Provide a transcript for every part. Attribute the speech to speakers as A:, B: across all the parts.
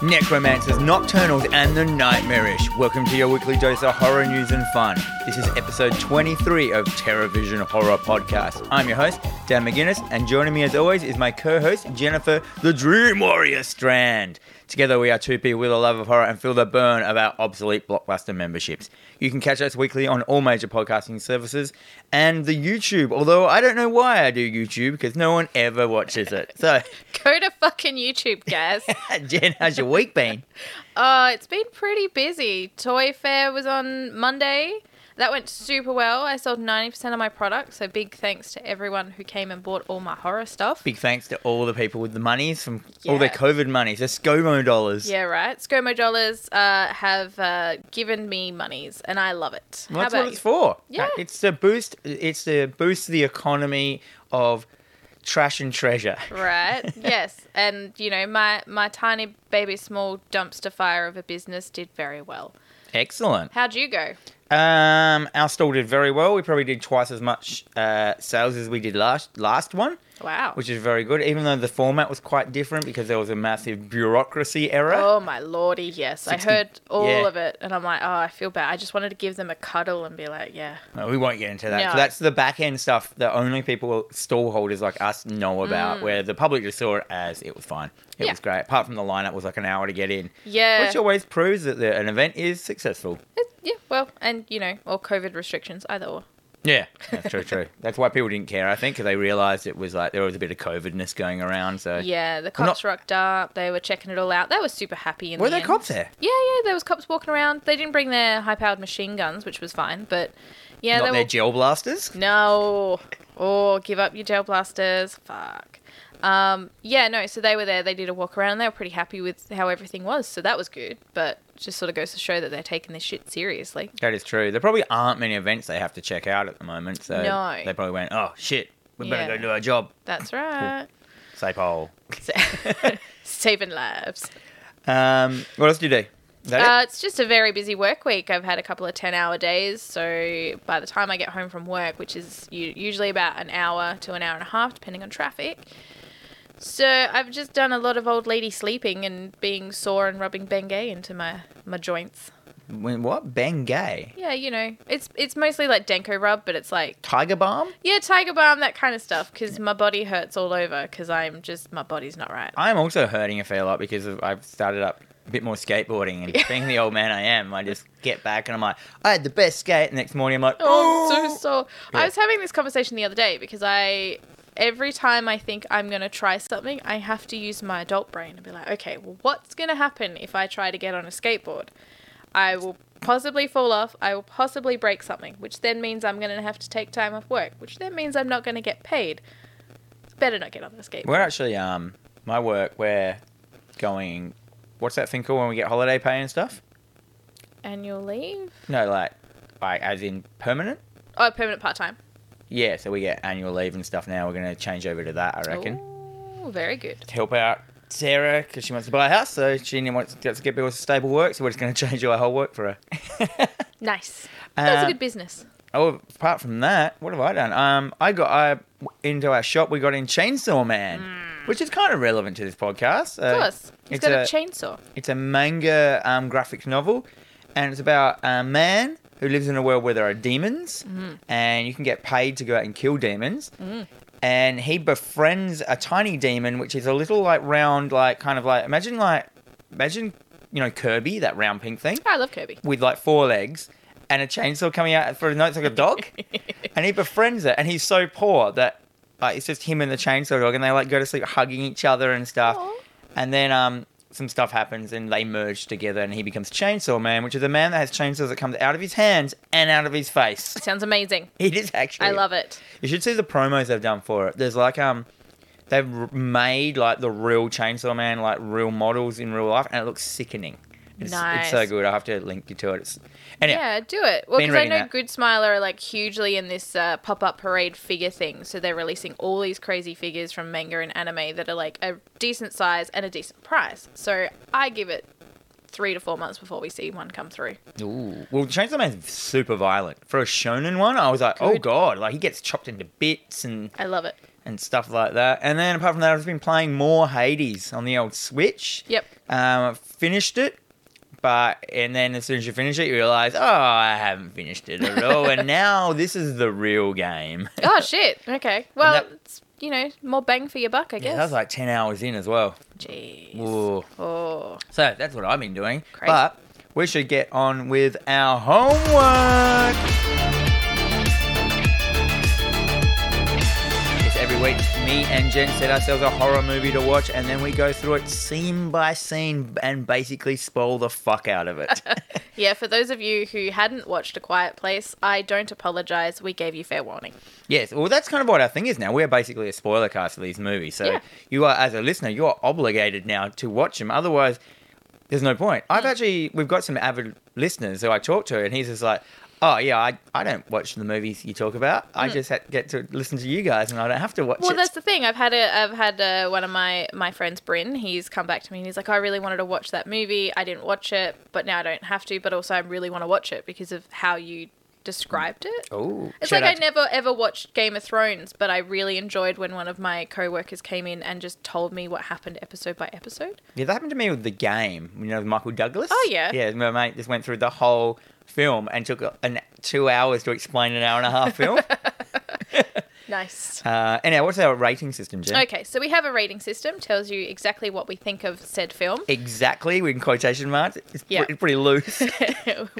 A: Necromancers, Nocturnals, and the Nightmarish. Welcome to your weekly dose of horror news and fun. This is episode 23 of TerrorVision Horror Podcast. I'm your host, Dan McGuinness, and joining me as always is my co host, Jennifer the Dream Warrior Strand. Together, we are two people with a love of horror and feel the burn of our obsolete blockbuster memberships. You can catch us weekly on all major podcasting services and the YouTube, although I don't know why I do YouTube because no one ever watches it. So,
B: Go to fucking YouTube, guys.
A: Jen, how's your week been?
B: uh, it's been pretty busy. Toy Fair was on Monday. That went super well. I sold 90% of my products, so big thanks to everyone who came and bought all my horror stuff.
A: Big thanks to all the people with the monies from all their
B: Yeah.
A: COVID monies, their ScoMo dollars.
B: yeah, right. ScoMo Dollars uh, have uh, given me monies, and I love it.
A: Well, that's
B: How about
A: what it's for.
B: Yeah.
A: Uh, It's to boost. It's to boost the economy of trash and treasure.
B: you? Right. yes. And, you know, my, my tiny, baby, small dumpster fire of a business did very well.
A: Excellent.
B: How'd you go?
A: Um, our stall did very well. We probably did twice as much uh, sales as we did last last one,
B: Wow.
A: which is very good. Even though the format was quite different because there was a massive bureaucracy error.
B: Oh my lordy, yes.
A: 60
B: I heard all
A: yeah.
B: of it and I'm like, oh, I feel bad. I just wanted to give them a cuddle and be like, yeah.
A: No, we won't get into that.
B: No.
A: So that's the back end stuff that only people, stall holders like us, know about, where the public just saw it as it was fine. It
B: Mm. Yeah.
A: was great. Apart from the lineup was like an hour to get in,
B: Yeah.
A: which always proves that the, an event is successful.
B: It- yeah, well, and you know, or COVID restrictions, either or.
A: Yeah. That's true, true. That's why people didn't care, I think, because they realized it was like there was a bit of COVIDness going around. So,
B: Yeah, the
A: Well,
B: cops
A: not-
B: rocked up. They were checking it all out. They were super happy. In
A: were
B: the
A: there
B: end.
A: cops there?
B: Yeah, yeah, there was cops walking around. They didn't bring their high-powered machine guns, which was fine, but yeah,
A: Not
B: they
A: their
B: were
A: gel blasters?
B: No. Oh, give up your gel blasters. Fuck. Um, yeah, no, so they were there. They did a walk around and they were pretty happy with how everything was. So that was good. But just sort of goes to show that they're taking this shit seriously.
A: That is true. There probably aren't many events they have to check out at the moment. So,
B: No.
A: they probably went, oh, shit, we better
B: Yeah.
A: go do our job.
B: That's right.
A: Safe hole.
B: Sa- Saving lives.
A: Um, what else did you do? Is that it?
B: Uh, it's just a very busy work week. I've had a couple of 10 hour days. So by the time I get home from work, which is u- usually about an hour to an hour and a half, depending on traffic. So I've just done a lot of old lady sleeping and being sore and rubbing Bengay into my, my joints.
A: When what? Bengay?
B: Yeah, you know, it's it's mostly like Denko rub, but it's like,
A: Tiger balm?
B: yeah, Tiger Balm, that kind of stuff, because my body hurts all over because I'm just, my body's not right.
A: I'm also hurting a fair lot because of, I've started up a bit more skateboarding and being the old man I am, I just get back and I'm like, I had the best skate. next morning I'm like,
B: Oh, I'm
A: oh,
B: so sore.
A: Yeah.
B: I was having this conversation the other day because I, every time I think I'm going to try something, I have to use my adult brain and be like, okay, well, what's going to happen if I try to get on a skateboard? I will possibly fall off. I will possibly break something, which then means I'm going to have to take time off work, which then means I'm not going to get paid. It's better not get on the skateboard.
A: We're actually um my work. We're going. What's that thing called when we get holiday pay and stuff?
B: Annual leave?
A: No, like, like as in permanent.
B: Oh, permanent part time.
A: Yeah, so we get annual leave and stuff. Now we're gonna change over to that. I reckon
B: Ooh, very good.
A: to help out Sarah because she wants to buy a house, so she wants to get people stable work. So we're just gonna change our whole work for her.
B: Nice. That's
A: Uh,
B: a good business.
A: Oh, apart from that, what have I done? Um, I got I into our shop. We got in Chainsaw Man, which is kind of relevant to this podcast.
B: Mm. Of
A: Uh,
B: course. He's
A: it's
B: got a,
A: a-
B: chainsaw.
A: It's a manga um, graphic novel, and it's about a man who lives in a world where there are demons, and you can get paid to go out and kill demons. And he befriends a tiny demon, which is a little like round, like kind of like imagine like imagine you know Kirby, that round pink thing
B: I love Kirby.
A: with like four legs and a chainsaw coming out for his nose like a dog. and he befriends it, and he's so poor that like, it's just him and the chainsaw dog, and they like go to sleep hugging each other and stuff.
B: Aw.
A: And then um, some stuff happens, and they merge together, and he becomes Chainsaw Man, which is a man that has chainsaws that comes out of his hands and out of his face.
B: Sounds amazing.
A: It is actually.
B: I love it.
A: You should see the promos they've done for it. There's like um, they've r- made like the real Chainsaw Man, like real models in real life, and it looks sickening. It's, it's so
B: Nice.
A: good. I have to link you to it. It's, anyway,
B: Yeah, do it. Well,
A: Been
B: because I
A: reading
B: know
A: that.
B: Good Smiler are like hugely in this uh, pop up parade figure thing. So they're releasing all these crazy figures from manga and anime that are like a decent size and a decent price. So I give it three to four months before we see one come through.
A: Ooh. Well, Chainsaw Man's super violent. For a shonen one, I was like, oh
B: Good.
A: god, like he gets chopped into bits and
B: I love it.
A: and stuff like that. And then apart from that, I've just been playing more Hades on the old Switch.
B: Yep.
A: Um, finished it, but and then as soon as you finish it, you realize, oh, I haven't finished it at all. and now this is the real game.
B: Oh shit. Okay. Well,
A: that-
B: it's you know more bang for your buck, I guess.
A: Yeah, that was like ten hours in as well.
B: Jeez.
A: Whoa.
B: Oh.
A: So that's what I've been doing.
B: Crazy.
A: But we should get on with our homework. It's every week, me and Jen set ourselves a horror movie to watch, and then we go through it scene by scene and basically spoil the fuck out of it.
B: Yeah. For those of you who hadn't watched A Quiet Place, I don't apologize. We gave you fair warning.
A: yes, well, that's kind of what our thing is now. We're basically a spoiler cast for these movies. So
B: Yeah.
A: you are, as a listener, you are obligated now to watch them. Otherwise, there's no point. I've actually we've got some avid listeners who I talk to, and he's just like, "Oh yeah, I, I don't watch the movies you talk about. I just ha- get to listen to you guys, and I don't have to watch
B: Mm. Well,
A: it."
B: that's the thing. I've had a, I've had uh one of my my friends, Bryn. He's come back to me and he's like, I really wanted to watch that movie. I didn't watch it, but now I don't have to. But also, I really want to watch it because of how you described it.
A: oh,
B: It's
A: shout
B: like I
A: out to-
B: never ever watched Game of Thrones, but I really enjoyed when one of my coworkers came in and just told me what happened episode by episode.
A: yeah, that happened to me with the game. You know, with Michael Douglas.
B: Oh, yeah.
A: yeah. My mate just went through the whole film and took an two hours to explain an hour and a half film.
B: Nice.
A: uh, anyhow, what's our rating system, Jen?
B: Okay, so we have a rating system tells you exactly what we think of said film.
A: Exactly, in quotation marks. It's
B: Yeah.
A: pretty, pretty loose.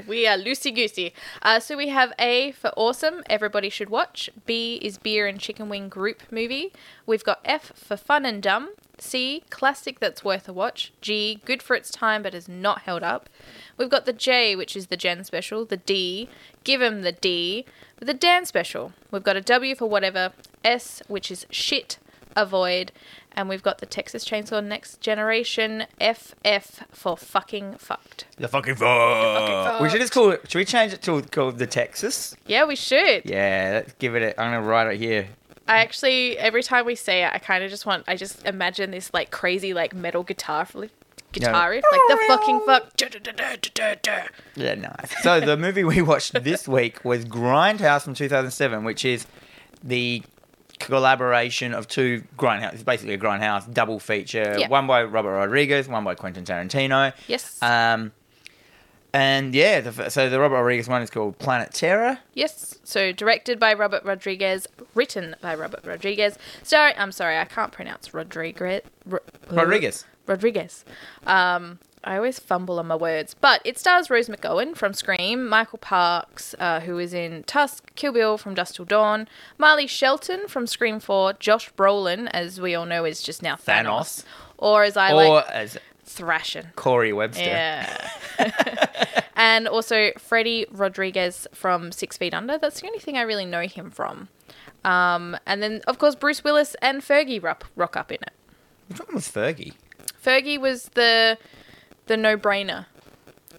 B: we are loosey goosey. Uh, so we have A for awesome, everybody should watch. B is beer and chicken wing group movie. We've got F for fun and dumb. C classic that's worth a watch. G good for its time but has not held up. We've got the J which is the Gen special. The D give 'em the D. The Dan special. We've got a W for whatever. S which is shit. Avoid. And we've got the Texas Chainsaw Next Generation FF for fucking fucked.
A: The fucking fuck. We should just call it. Should we change it to called the Texas?
B: Yeah, we should.
A: Yeah, let's give it. A, I'm gonna write it here.
B: I actually every time we say it, I kind of just want I just imagine this like crazy like metal guitar like, guitar riff, like the fucking fuck. Du-du-du-du-du-du-du.
A: Yeah, nice. So the movie we watched this week was Grindhouse from 2007, which is the collaboration of two Grindhouse. It's basically a Grindhouse double feature.
B: Yeah.
A: One by Robert Rodriguez, one by Quentin Tarantino.
B: Yes.
A: Um, and yeah, the, f- so the Robert Rodriguez one is called Planet Terror.
B: yes. So directed by Robert Rodriguez, written by Robert Rodriguez. Sorry, I'm sorry, I can't pronounce Rodriguez. Ro-
A: Rodriguez.
B: Rodriguez. Um, I always fumble on my words, but it stars Rose McGowan from Scream, Michael Parks, uh, who is in Tusk, Kill Bill from Dust Till Dawn, Marley Shelton from Scream 4, Josh Brolin, as we all know, is just now
A: Thanos.
B: Thanos, or as I
A: or
B: like,
A: as
B: Thrashing.
A: Corey Webster.
B: Yeah. and also Freddie Rodriguez from Six Feet Under. That's the only thing I really know him from. Um, and then, of course, Bruce Willis and Fergie rock, rock up in it.
A: Which one was Fergie?
B: Fergie was the the no brainer.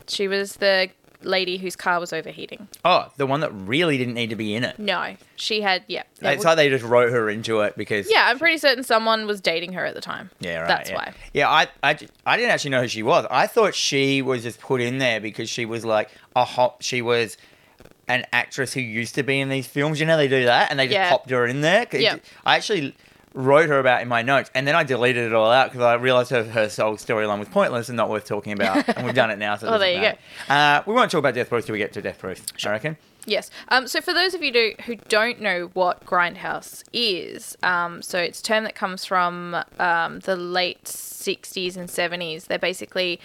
B: She was the lady whose car was overheating.
A: Oh, the one that really didn't need to be in it.
B: No, she had yeah. that
A: It's
B: was-
A: like they just wrote her into it because
B: yeah, I'm pretty certain someone was dating her at the time.
A: yeah, right.
B: That's
A: yeah.
B: why.
A: Yeah, I, I, ju- I didn't actually know who she was. I thought she was just put in there because she was like a hot. She was an actress who used to be in these films. You know they do that, and they just
B: Yeah.
A: popped her in there. 'Cause it-
B: Yeah.
A: I actually wrote her about in my notes, and then I deleted it all out because I realized her, her sole storyline was pointless and not worth talking about. and we've done it now. So
B: Oh, there you
A: go. Uh, we won't talk about Death Proof till we get to Death Proof. I reckon.
B: Yes. Um, so for those of you do, who don't know what grindhouse is, um, so it's a term that comes from um, the late 60s and 70s. They're basically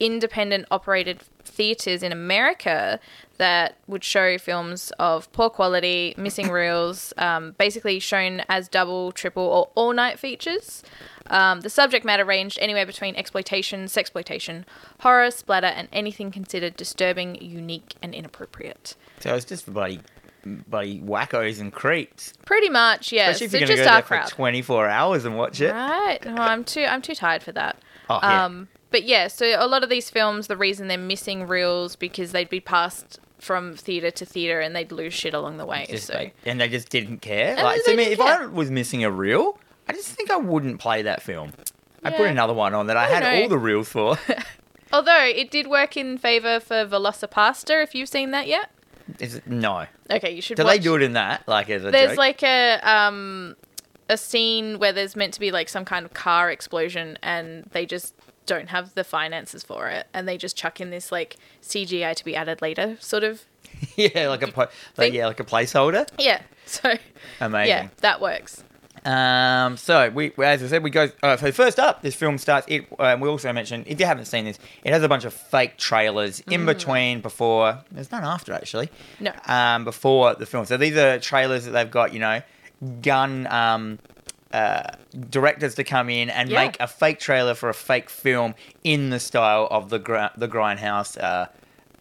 B: independent operated theaters in America that would show films of poor quality, missing reels, um, basically shown as double, triple, or all night features. Um, the subject matter ranged anywhere between exploitation, sexploitation, horror, splatter, and anything considered disturbing, unique, and inappropriate.
A: So it's just for bloody, bloody wackos and creeps.
B: Pretty much, yeah.
A: Especially if
B: So
A: you're going to
B: just
A: go
B: our
A: there
B: crowd,
A: for 24 hours and watch it.
B: right? No, I'm too. I'm too tired for that.
A: Oh, yeah.
B: Um, but yeah, so a lot of these films, the reason they're missing reels because they'd be passed from theater to theater and they'd lose shit along the way.
A: Just
B: so
A: like- and they just didn't care.
B: And
A: like,
B: they
A: to me,
B: didn't
A: if I
B: care.
A: was missing a reel, I just think I wouldn't play that film. I put
B: Yeah. Oh,
A: another one on that I, had
B: don't know.
A: all the reels for.
B: although it did work in favor for Velocipasta, if you've seen that yet.
A: Is it- no,
B: Okay, you should.
A: do
B: watch.
A: they do it in that? Like as a
B: There's
A: joke?
B: like a um a scene where there's meant to be like some kind of car explosion and they just don't have the finances for it and they just chuck in this like CGI to be added later sort of
A: yeah, like a po- like,
B: Think-
A: yeah, like a placeholder.
B: yeah. So yeah,
A: Amazing.
B: that works.
A: Um, so we, as I said, we go. Uh, so first up, this film starts. It. Um, we also mentioned if you haven't seen this, it has a bunch of fake trailers
B: Mm.
A: in between before. There's none after actually.
B: No.
A: Um, before the film, so these are trailers that they've got. You know, gun. Um, uh, directors to come in and
B: Yeah.
A: make a fake trailer for a fake film in the style of the gr- the grindhouse uh,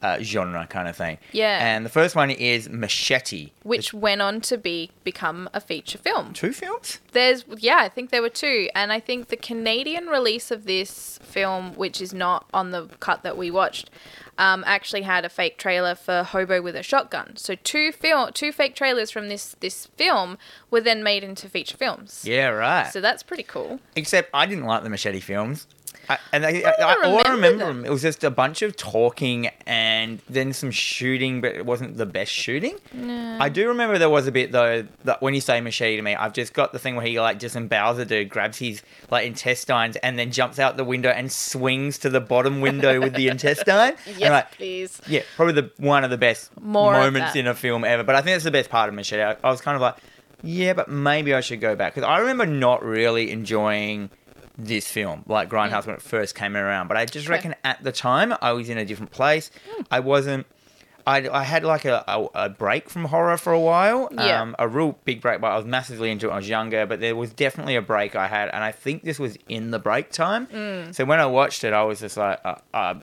A: uh, genre kind of thing.
B: Yeah.
A: And the first one is Machete.
B: Which went on to be become a feature film.
A: Two films?
B: There's yeah, I think there were two, and I think the Canadian release of this film, which is not on the cut that we watched, um, actually had a fake trailer for Hobo with a Shotgun. So two film, two fake trailers from this this film were then made into feature films.
A: Yeah, right.
B: So that's pretty cool.
A: Except I didn't like the machete films. I, and I, I,
B: don't
A: all I
B: remember
A: remember
B: them.
A: them. It was just a bunch of talking and then some shooting, but it wasn't the best shooting. I do remember there was a bit though that when you say machete to me, I've just got the thing where he like disembowels the dude, grabs his like intestines, and then jumps out the window and swings to the bottom window with the intestine. And,
B: Yes,
A: like,
B: please.
A: yeah, probably the one of the best
B: More of
A: moments
B: that.
A: in a film ever. But I think that's the best part of Machete. I, I was kind of like, yeah, but maybe I should go back because I remember not really enjoying this film, like Grindhouse,
B: Mm.
A: when it first came around. But I just
B: Sure.
A: reckon at the time I was in a different place.
B: Mm.
A: I wasn't. I, I had like a, a, a break from horror for a while,
B: Yeah.
A: um, a real big break. But I was massively into it. When I was younger, but there was definitely a break I had, and I think this was in the break time.
B: Mm.
A: So when I watched it, I was just like, uh, uh,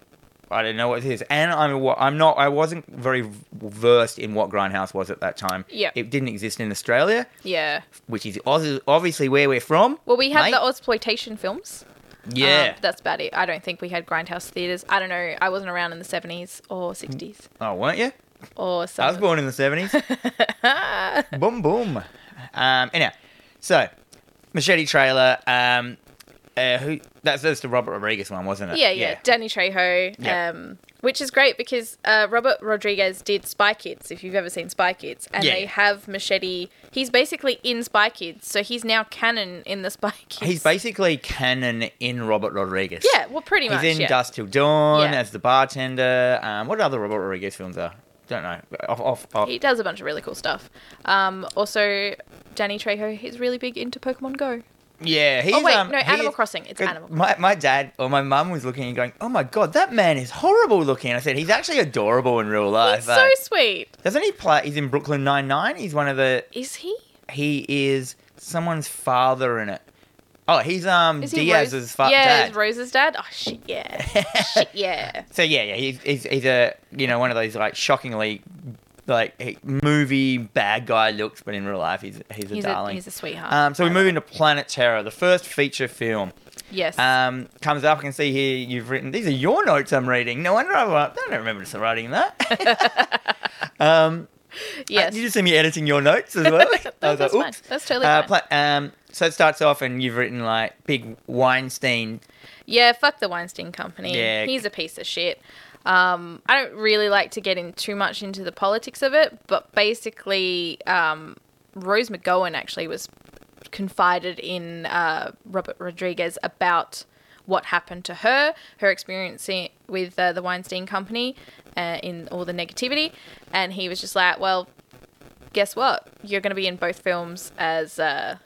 A: I don't know what this is, and I'm wa- I'm not. I wasn't very v- versed in what Grindhouse was at that time.
B: Yeah.
A: it didn't exist in Australia,
B: Yeah.
A: which is obvi- obviously where we're from.
B: Well, we had
A: mate.
B: the exploitation films.
A: yeah.
B: Um, that's about it. I don't think we had grindhouse theaters. I don't know. I wasn't around in the seventies or sixties
A: oh, weren't you?
B: or
A: I was
B: something.
A: born in the 70s. boom, boom. Um, anyhow, so, Machete trailer. Um, uh, who, that's, that's the Robert Rodriguez one, wasn't it?
B: Yeah, yeah, Danny Trejo.
A: Yeah.
B: Um, which is great because uh, Robert Rodriguez did Spy Kids, if you've ever seen Spy Kids, and
A: Yeah,
B: they
A: yeah.
B: have Machete. He's basically in Spy Kids, so he's now canon in the Spy Kids.
A: He's basically canon in Robert Rodriguez.
B: Yeah, well, pretty much.
A: He's in
B: yeah.
A: Dust Till Dawn
B: Yeah.
A: as the bartender. Um, what other Robert Rodriguez films are? Don't know. Off, off, off.
B: He does a bunch of really cool stuff. Um, also, Danny Trejo, he's really big into Pokemon Go.
A: Yeah, he's.
B: Oh, wait,
A: um,
B: no,
A: he
B: Animal
A: is-
B: Crossing. It's
A: 'cause
B: Animal
A: My, my dad or my mum was looking and going, "Oh my god, that man is horrible looking." I said, "He's actually adorable in real life."
B: He's
A: eh?"
B: so sweet.
A: Doesn't he play? He's in Brooklyn Nine Nine. He's one of the.
B: Is he?
A: He is someone's father in it. Oh, he's um
B: Is he
A: Diaz's
B: Rose-
A: fa-
B: Yeah,
A: dad.
B: is Rose's dad. Oh shit, yeah, shit, yeah.
A: so yeah, yeah, he's, he's he's a you know one of those like shockingly like he- movie bad guy looks, but in real life he's he's a
B: He's a,
A: darling.
B: he's a sweetheart.
A: um, so we move into Planet Terror, the first feature film.
B: yes.
A: Um, comes up. I can see here you've written. These are your notes. I'm reading. No wonder I'm, I don't remember just writing that. um,
B: yes.
A: You just see me editing your notes as well. I was
B: that's
A: like,
B: fine.
A: "Oops."
B: That's totally
A: Uh,
B: fine.
A: pla- um, so it starts off, and you've written like big Weinstein.
B: Yeah, fuck the Weinstein Company.
A: Yeah.
B: He's a piece of shit. Um, I don't really like to get in too much into the politics of it, but basically, um, Rose McGowan actually was confided in uh, Robert Rodriguez about what happened to her, her experience i- with uh, the Weinstein Company, uh, in all the negativity, and he was just like, "Well, guess what? You're going to be in both films as uh,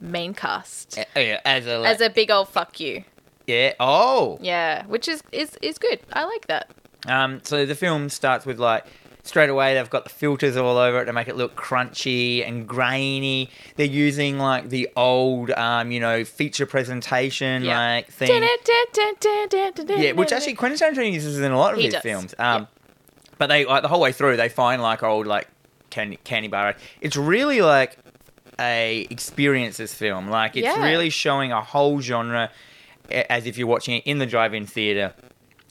B: main cast."
A: uh, yeah, as a like,
B: As a big old fuck you.
A: yeah. Oh,
B: Yeah, which is is is good. I like that.
A: um. So the film starts with like straight away they've got the filters all over it to make it look crunchy and grainy. They're using like the old um you know feature presentation
B: Yeah.
A: like thing. Yeah, which actually Quentin Tarantino uses in a lot of
B: He
A: his
B: does,
A: films. Um, But they like the whole way through, they find like old like candy, candy bar. It's really like a experience. This film, like it's
B: Yeah.
A: really showing a whole genre, a- as if you're watching it in the drive-in theater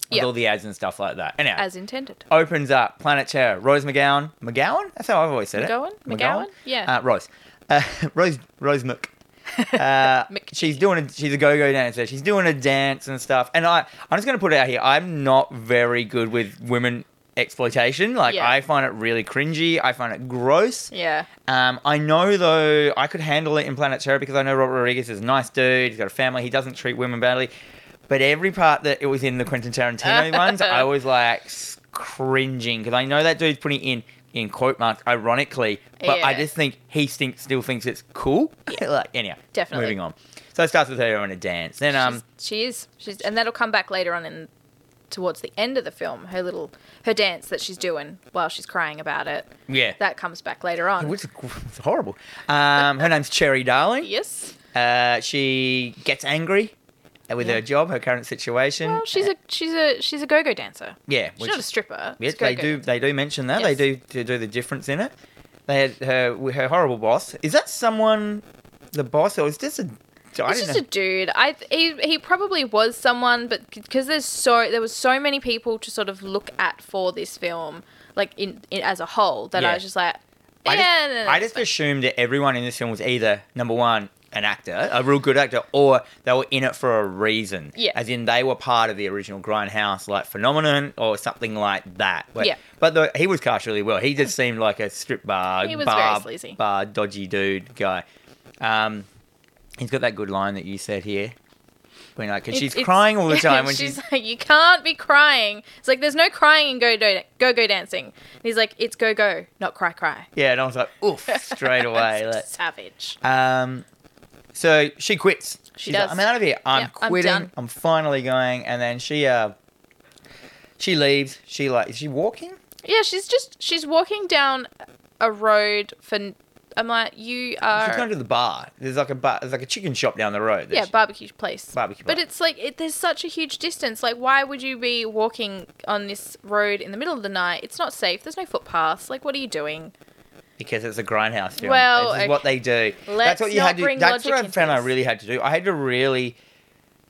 A: with
B: Yeah.
A: all the ads and stuff like that. Anyhow,
B: as intended.
A: opens up Planet Terror. Rose McGowan, McGowan. That's how I've always said
B: McGowan?
A: it.
B: McGowan? Yeah.
A: Uh, Rose. Uh, Rose. Rose Mc. Uh,
B: Mc-
A: she's doing a she's a go-go dancer. She's doing a dance and stuff. And I I'm just gonna put it out here. I'm not very good with women exploitation. Like
B: Yeah.
A: I find it really cringy. I find it gross.
B: Yeah,
A: Um, I know though I could handle it in Planet Terror because I know Robert Rodriguez is a nice dude. He's got a family. He doesn't treat women badly. But every part that it was in the Quentin Tarantino ones, I was like s- cringing because I know that dude's putting in in quote marks ironically, but I
B: Yeah.
A: just think he think, still thinks it's cool. like anyhow,
B: Definitely.
A: moving on. So it starts with her in a dance, then um,
B: she's, she is. She's, and that'll come back later on in towards the end of the film. Her little her dance that she's doing while she's crying about it.
A: yeah,
B: That comes back later on.
A: which is gr- it's horrible. Um, her name's Cherry Darling.
B: yes.
A: Uh, she gets angry with her
B: Yeah.
A: job, her current situation.
B: Well, she's a she's a she's a go-go dancer.
A: yeah,
B: She's
A: uh, which
B: not a
A: is-
B: stripper.
A: Yes,
B: She's a
A: they
B: go-go
A: do.
B: dancer.
A: They do mention that.
B: Yes.
A: They do to do the difference in it. They had her her horrible boss. Is that someone, the boss, or is this a? I
B: It's
A: don't
B: just
A: know.
B: a dude. I th- he, he probably was someone, but because there's so there was so many people to sort of look at for this film, like in, in as a whole, that
A: Yeah.
B: I was just like, yeah,
A: I just,
B: no, no,
A: I
B: no,
A: just assumed that everyone in this film was either number one an actor, a real good actor, or they were in it for a reason.
B: Yeah.
A: As in they were part of the original Grindhouse like phenomenon or something like that. But,
B: Yeah.
A: But the, he was cast really well. He just seemed like a strip bar,
B: He was very
A: bar,
B: sleazy.
A: bar dodgy dude guy. Um, he's got that good line that you said here. When like, 'cause
B: It's-
A: she's
B: it's-
A: crying all the time when she's,
B: like, you can't be crying. It's like there's no crying in go go go go dancing. And he's like, it's go go, not cry cry.
A: yeah, and I was like, oof, straight away.
B: It's
A: like-
B: savage.
A: Um, so she quits.
B: She
A: She's like,
B: does.
A: I'm out of here. I'm
B: Yeah, I'm
A: quitting. I'm,
B: done."
A: finally going. And then she uh, she leaves. She like is she walking?
B: Yeah, she's just she's walking down a road for. I'm like, you are.
A: She's going to the bar. There's like a bar. There's like a chicken shop down the road. that
B: yeah,
A: she-
B: barbecue place.
A: barbecue.
B: But
A: bar.
B: it's like it, there's such a huge distance. Like, why would you be walking on this road in the middle of the night? It's not safe. There's no footpaths. Like, what are you doing?
A: because it's a grindhouse film.
B: Well,
A: this is
B: okay.
A: what they do. that's
B: Let's
A: what you
B: not
A: had to.
B: bring
A: that's what
B: logic
A: I
B: into
A: found I
B: this.
A: really had to do. I had to really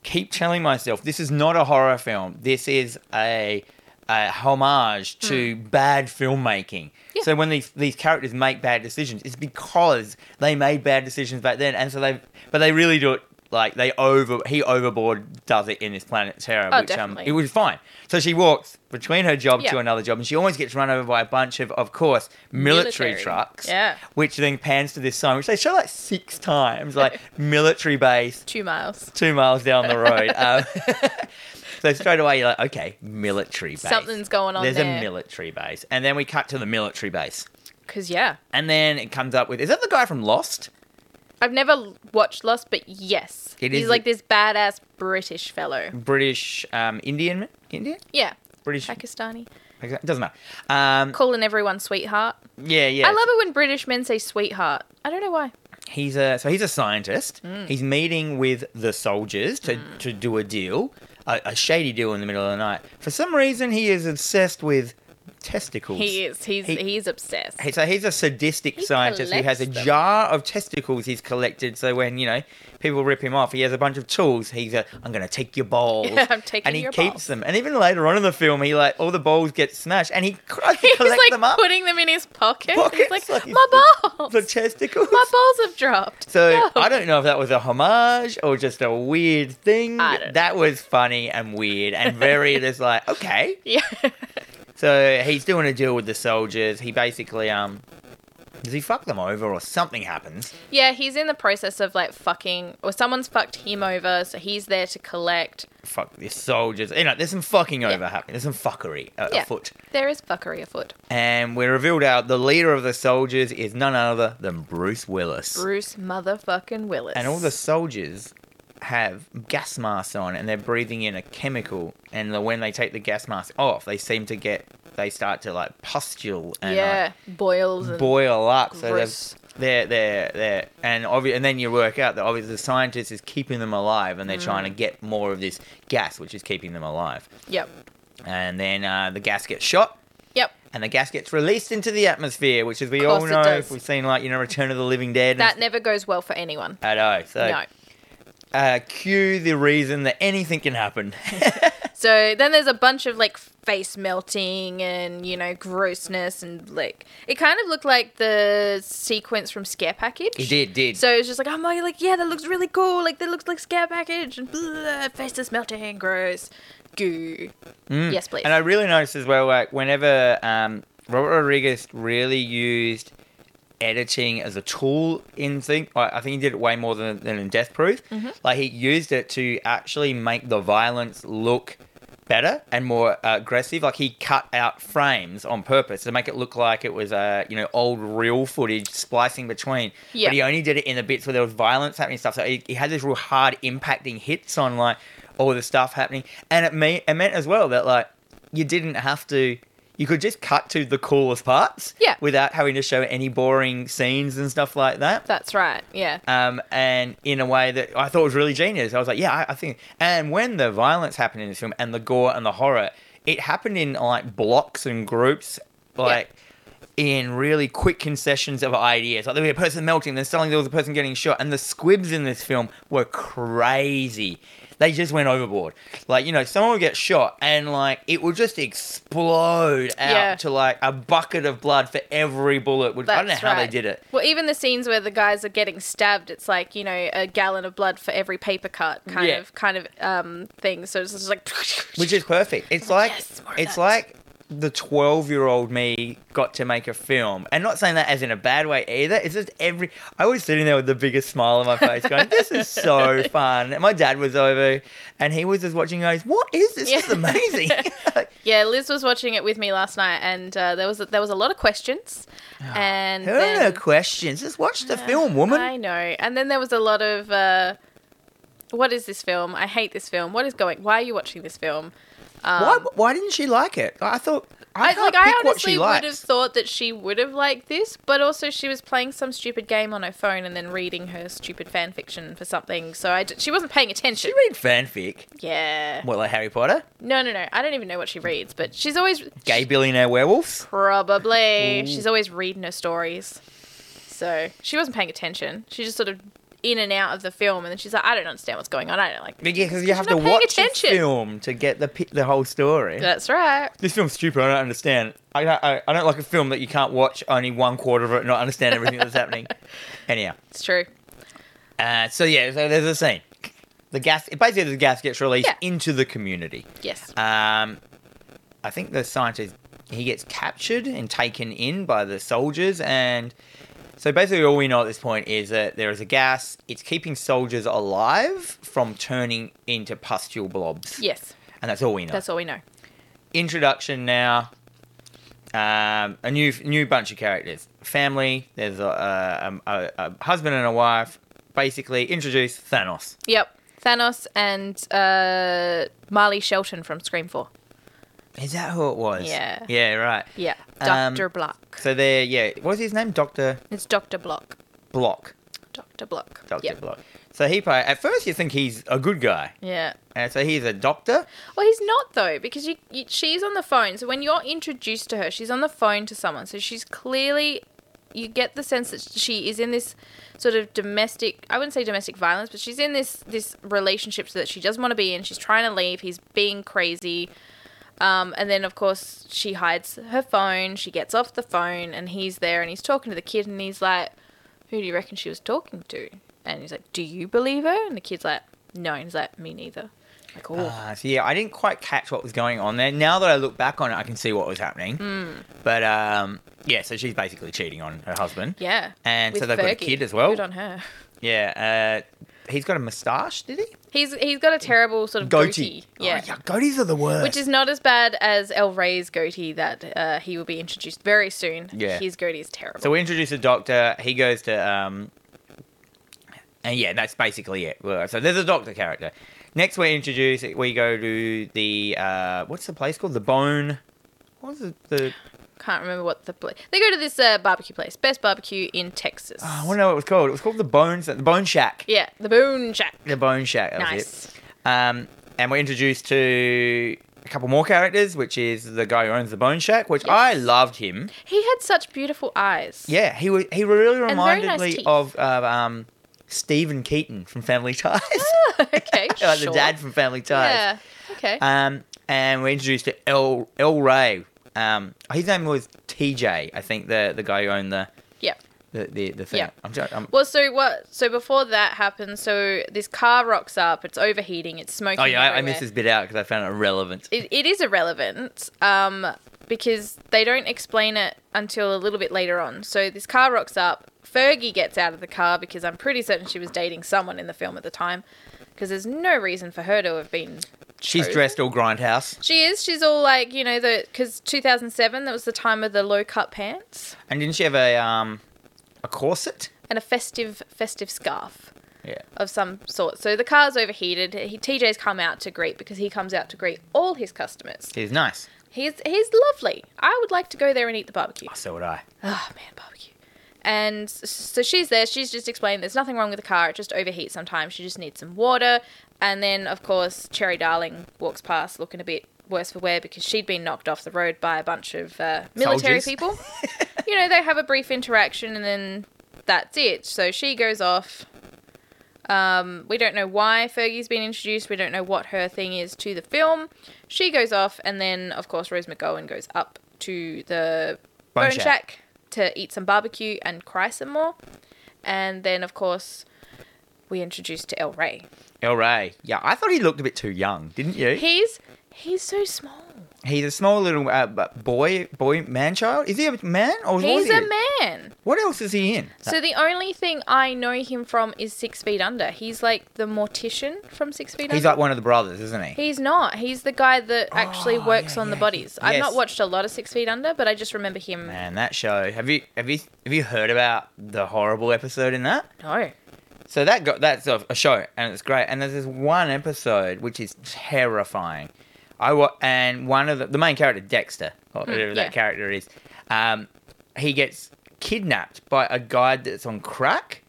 A: keep telling myself this is not a horror film. This is a, a homage to bad filmmaking.
B: Hmm. Yeah.
A: So when these these characters make bad decisions, it's because they made bad decisions back then, and so they but they really do it. Like they over he overboard does it in this Planet Terror,
B: Oh,
A: which um
B: definitely.
A: it was fine. So she walks between her job
B: Yeah.
A: to another job, and she almost gets run over by a bunch of, of course, military,
B: Military.
A: trucks.
B: Yeah.
A: Which then pans to this sign, which they show like six times, like military base
B: Two miles.
A: two miles down the road. Um, so straight away you're like, okay, military base.
B: Something's going on
A: There's a
B: there.
A: military base, and then we cut to the military base,
B: Cause yeah,
A: and then it comes up with is that the guy from Lost?
B: I've never l- watched Lost, but yes,
A: It
B: he's
A: is-
B: like this badass British fellow.
A: British um, Indian, man- Indian,
B: Yeah,
A: British.
B: Pakistani,
A: It doesn't matter. Um,
B: calling everyone sweetheart.
A: yeah, yeah.
B: I love it when British men say sweetheart. I don't know why.
A: he's a so he's a scientist.
B: Hmm.
A: He's meeting with the soldiers to, to do a deal, a, a shady deal in the middle of the night. For some reason, he is obsessed with testicles.
B: He is. He's
A: He-
B: he's obsessed.
A: Hey, So he's a sadistic
B: He
A: scientist who has a
B: collects them.
A: jar of testicles he's collected. So when you know people rip him off, he has a bunch of tools. He's a, I'm going to take your balls.
B: I'm taking
A: and he
B: your
A: keeps
B: balls.
A: them. And even later on in the film, he like all the balls get smashed, and he tries to
B: He's
A: collect
B: like
A: them up.
B: putting them in his pocket.
A: Pockets,
B: He's like,
A: like,
B: my
A: the-
B: balls,
A: The testicles.
B: my balls have dropped.
A: So
B: No.
A: I don't know if that was a homage or just a weird thing.
B: I don't
A: That was funny and weird and very just like okay.
B: Yeah.
A: So he's doing a deal with the soldiers. He basically um does he fuck them over or something happens?
B: Yeah, he's in the process of like fucking, or someone's fucked him over, so he's there to collect.
A: Fuck these soldiers. You know, there's some fucking over happening. There's some fuckery a-
B: Yeah.
A: afoot.
B: There is fuckery afoot.
A: And we're revealed out the leader of the soldiers is none other than Bruce Willis.
B: Bruce motherfucking Willis.
A: And all the soldiers have gas masks on and they're breathing in a chemical and the, when they take the gas mask off they seem to get they start to like pustule and
B: yeah boils
A: like,
B: and
A: boil up so they're,
B: gross.
A: they're they're they're and obvi- and then you work out that obviously the scientist is keeping them alive and they're trying
B: Mm.
A: to get more of this gas which is keeping them alive
B: Yep,
A: and then uh, the gas gets shot
B: yep.
A: and the gas gets released into the atmosphere which as we
B: Course
A: all
B: it
A: know if
B: does.
A: we've seen like you know return of the living dead
B: That
A: and,
B: never goes well for anyone.
A: I know so
B: no.
A: uh, cue the reason that anything can happen.
B: So then there's a bunch of like face melting and you know grossness and like it kind of looked like the sequence from Scare Package.
A: it did, did.
B: So it's just like, oh my, like, yeah, that looks really cool. Like, that looks like scare package and blah, blah, blah, face is melting, gross, goo. Yes, please.
A: Mm. and I really noticed as well, like whenever um, Robert Rodriguez really used editing as a tool in think. I I think he did it way more than, than in Death Proof.
B: Mm-hmm.
A: Like he used it to actually make the violence look better and more uh, aggressive. Like he cut out frames on purpose to make it look like it was uh, you know old real footage splicing between.
B: Yeah.
A: But he only did it in the bits where there was violence happening and stuff. So he, he had this real hard impacting hits on like all the stuff happening, and it mean it meant as well that like you didn't have to. You could just cut to the coolest parts,
B: Yeah.
A: without having to show any boring scenes and stuff like that
B: That's right. Yeah.
A: um, and in a way that I thought was really genius. I was like, yeah, I, I think. And when the violence happened in this film and the gore and the horror, it happened in like blocks and groups, like in really quick concessions of ideas. Like there was a person melting, then suddenly there was a person getting shot, and the squibs in this film were crazy. They just went overboard. Like you know, someone would get shot, and like it would just explode out
B: Yeah.
A: to like a bucket of blood for every bullet. Which I don't know
B: That's
A: how they
B: right.
A: did it.
B: Well, even the scenes where the guys are getting stabbed, it's like you know a gallon of blood for every paper cut kind
A: Yeah.
B: of kind of um thing. So it's just like
A: which is perfect. It's like
B: Yes, more of
A: it's
B: that.
A: like the twelve-year-old me got to make a film, and not saying that as in a bad way either. It's just every I was sitting there with the biggest smile on my face, going, "This is so fun." And my dad was over, and he was just watching. Goes, "What is this? This is
B: Yeah.
A: amazing!"
B: yeah. Liz was watching it with me last night, and uh, there was a, there was a lot of questions, and
A: Who are Ah, her
B: then,
A: questions? Just watch the film, woman.
B: I know, and then there was a lot of uh, what is this film? I hate this film. What is going? Why are you watching this film? Um,
A: why? Why didn't she like it? I thought I,
B: I,
A: can't
B: like I
A: pick what she
B: honestly would have
A: likes.
B: thought that she would have liked this, but also she was playing some stupid game on her phone and then reading her stupid fan fiction for something. So I d- she wasn't paying attention.
A: She read fanfic.
B: yeah.
A: What like Harry Potter?
B: No, no, no. I don't even know what she reads, but she's always
A: Gay billionaire werewolves.
B: Probably. She's always reading her stories. So she wasn't paying attention. She just sort of in and out of the film, and then she's like, I don't understand what's going on. I don't like.
A: But yeah, because you have to
B: not paying
A: watch the
B: attention.
A: film to get the pi- the whole story.
B: That's right.
A: This film's stupid. I don't understand. I, I I don't like a film that you can't watch only one quarter of it and not understand everything that's happening. Anyhow,
B: It's true.
A: uh, so yeah, so there's a scene. The gas, basically, the gas gets released
B: Yeah.
A: into the community.
B: Yes.
A: Um, I think the scientist he gets captured and taken in by the soldiers, and so basically all we know at this point is that there is a gas. It's keeping soldiers alive from turning into pustule blobs,
B: Yes.
A: and that's all we know.
B: That's all we know.
A: Introduction now. Um, a new new bunch of characters. Family. There's a, uh, um, a, a, a husband and a wife. Basically, introduce Thanos.
B: Yep. Thanos and uh, Marley Shelton from Scream 4.
A: Is that who it was?
B: Yeah.
A: Yeah. Right.
B: Yeah.
A: Um,
B: Dr. Block.
A: So there, yeah. What was his name? Doctor
B: It's Dr. Block.
A: Block.
B: Dr. Block.
A: Doctor
B: Yep.
A: Block. So he probably, at first you think he's a good guy,
B: Yeah.
A: and so he's a doctor.
B: Well, he's not though, because you, you, she's on the phone. So when you're introduced to her, she's on the phone to someone. So she's clearly, you get the sense that she is in this sort of domestic. I wouldn't say domestic violence, but she's in this this relationship that she doesn't want to be in. She's trying to leave. He's being crazy. Um, and then of course she hides her phone. She gets off the phone, and he's there, and he's talking to the kid, and he's like, "Who do you reckon she was talking to?" And he's like, "Do you believe her?" And the kid's like, "No." And he's like, "Me neither." Like, oh.
A: Ah, so yeah, I didn't quite catch what was going on there. Now that I look back on it, I can see what was happening.
B: Hmm.
A: But um, yeah, so she's basically cheating on her husband.
B: Yeah.
A: And so
B: With
A: they've got a kid as well.
B: Good on her.
A: Yeah, uh, he's got a moustache, did he?
B: He's he's got a terrible sort of goatee. Yeah.
A: Oh, yeah, goatees are the worst.
B: Which is not as bad as El Rey's goatee that uh, he will be introduced very soon.
A: Yeah.
B: His goatee is terrible.
A: so we introduce a doctor. He goes to um, and yeah, that's basically it. Well, So there's a doctor character. Next, we introduce we go to the uh, what's the place called? The Bone. What was it? The
B: Can't remember what the pla- they go to this uh, barbecue place, best barbecue in Texas.
A: oh, I want to know what it was called. It was called the Bones. The Bone Shack.
B: yeah, the Boone Shack.
A: The Bone Shack. That Was it.
B: Nice.
A: Um, and we're introduced to a couple more characters, which is the guy who owns the Bone Shack, which I loved him.
B: He had such beautiful eyes.
A: Yeah, he was, he really
B: very
A: reminded
B: nice
A: me
B: teeth.
A: of uh, um, Stephen Keaton from Family Ties,
B: Oh, okay.
A: Like
B: sure.
A: the dad from Family Ties.
B: Yeah. Okay.
A: Um, and we're introduced to El El Ray. Um, his name was TJ, I think the the guy who owned the
B: yeah.
A: the the, the thing.
B: Yeah.
A: I'm, jo- I'm
B: Well, so what? So before that happens, so this car rocks up. It's overheating. It's smoking.
A: Oh yeah, I, I
B: everywhere.
A: missed this bit out because I found it irrelevant.
B: it, it is irrelevant. Um, because they don't explain it until a little bit later on. So this car rocks up. Fergie gets out of the car because I'm pretty certain she was dating someone in the film at the time because there's no reason for her to have been.
A: She's
B: Sorry.
A: dressed all grindhouse,
B: She is. She's all like, you know, the because 2007 that was the time of the low cut pants
A: and didn't she have a um a corset?
B: and a festive festive scarf.
A: Yeah.
B: of some sort. So the car's overheated. He, TJ's come out to greet because he comes out to greet all his customers.
A: She's nice.
B: He's he's lovely. I would like to go there and eat the barbecue.
A: So would I.
B: Oh man, barbecue. And s- so she's there. She's just explained there's nothing wrong with the car. It just overheats sometimes. She just needs some water. And then of course Cherry Darling walks past looking a bit worse for wear because she'd been knocked off the road by a bunch of uh, military
A: Soldiers.
B: people. you know they have a brief interaction and then that's it. So she goes off. Um, we don't know why Fergie's been introduced. We don't know what her thing is to the film. She goes off, and then of course Rose McGowan goes up to the
A: Bone
B: Bone
A: Shack.
B: Shack to eat some barbecue and cry some more. And then of course we introduced to El Rey.
A: El Ray. Yeah, I thought he looked a bit too young, didn't you?
B: He's he's so small.
A: He's a small little uh, b- boy, boy, man, child. Is he a man or was
B: He's
A: Oh, he?
B: a man.
A: What else is he in?
B: So the only thing I know him from is Six Feet Under. He's like the mortician from Six Feet Under.
A: He's like one of the brothers, isn't he?
B: He's not. He's the guy that actually
A: Oh,
B: works
A: yeah,
B: on the
A: yeah,
B: bodies.
A: yeah.
B: I've not
A: Yes.
B: watched a lot of Six Feet Under, but I just remember him.
A: Man, that show. Have you have you have you heard about the horrible episode in that?
B: No.
A: So that got that's a, a show and it's great. And there's this one episode which is terrifying. I wa- and one of the, the main character Dexter, or whatever
B: Hmm, yeah.
A: that character is, um, he gets kidnapped by a guy that's on crack,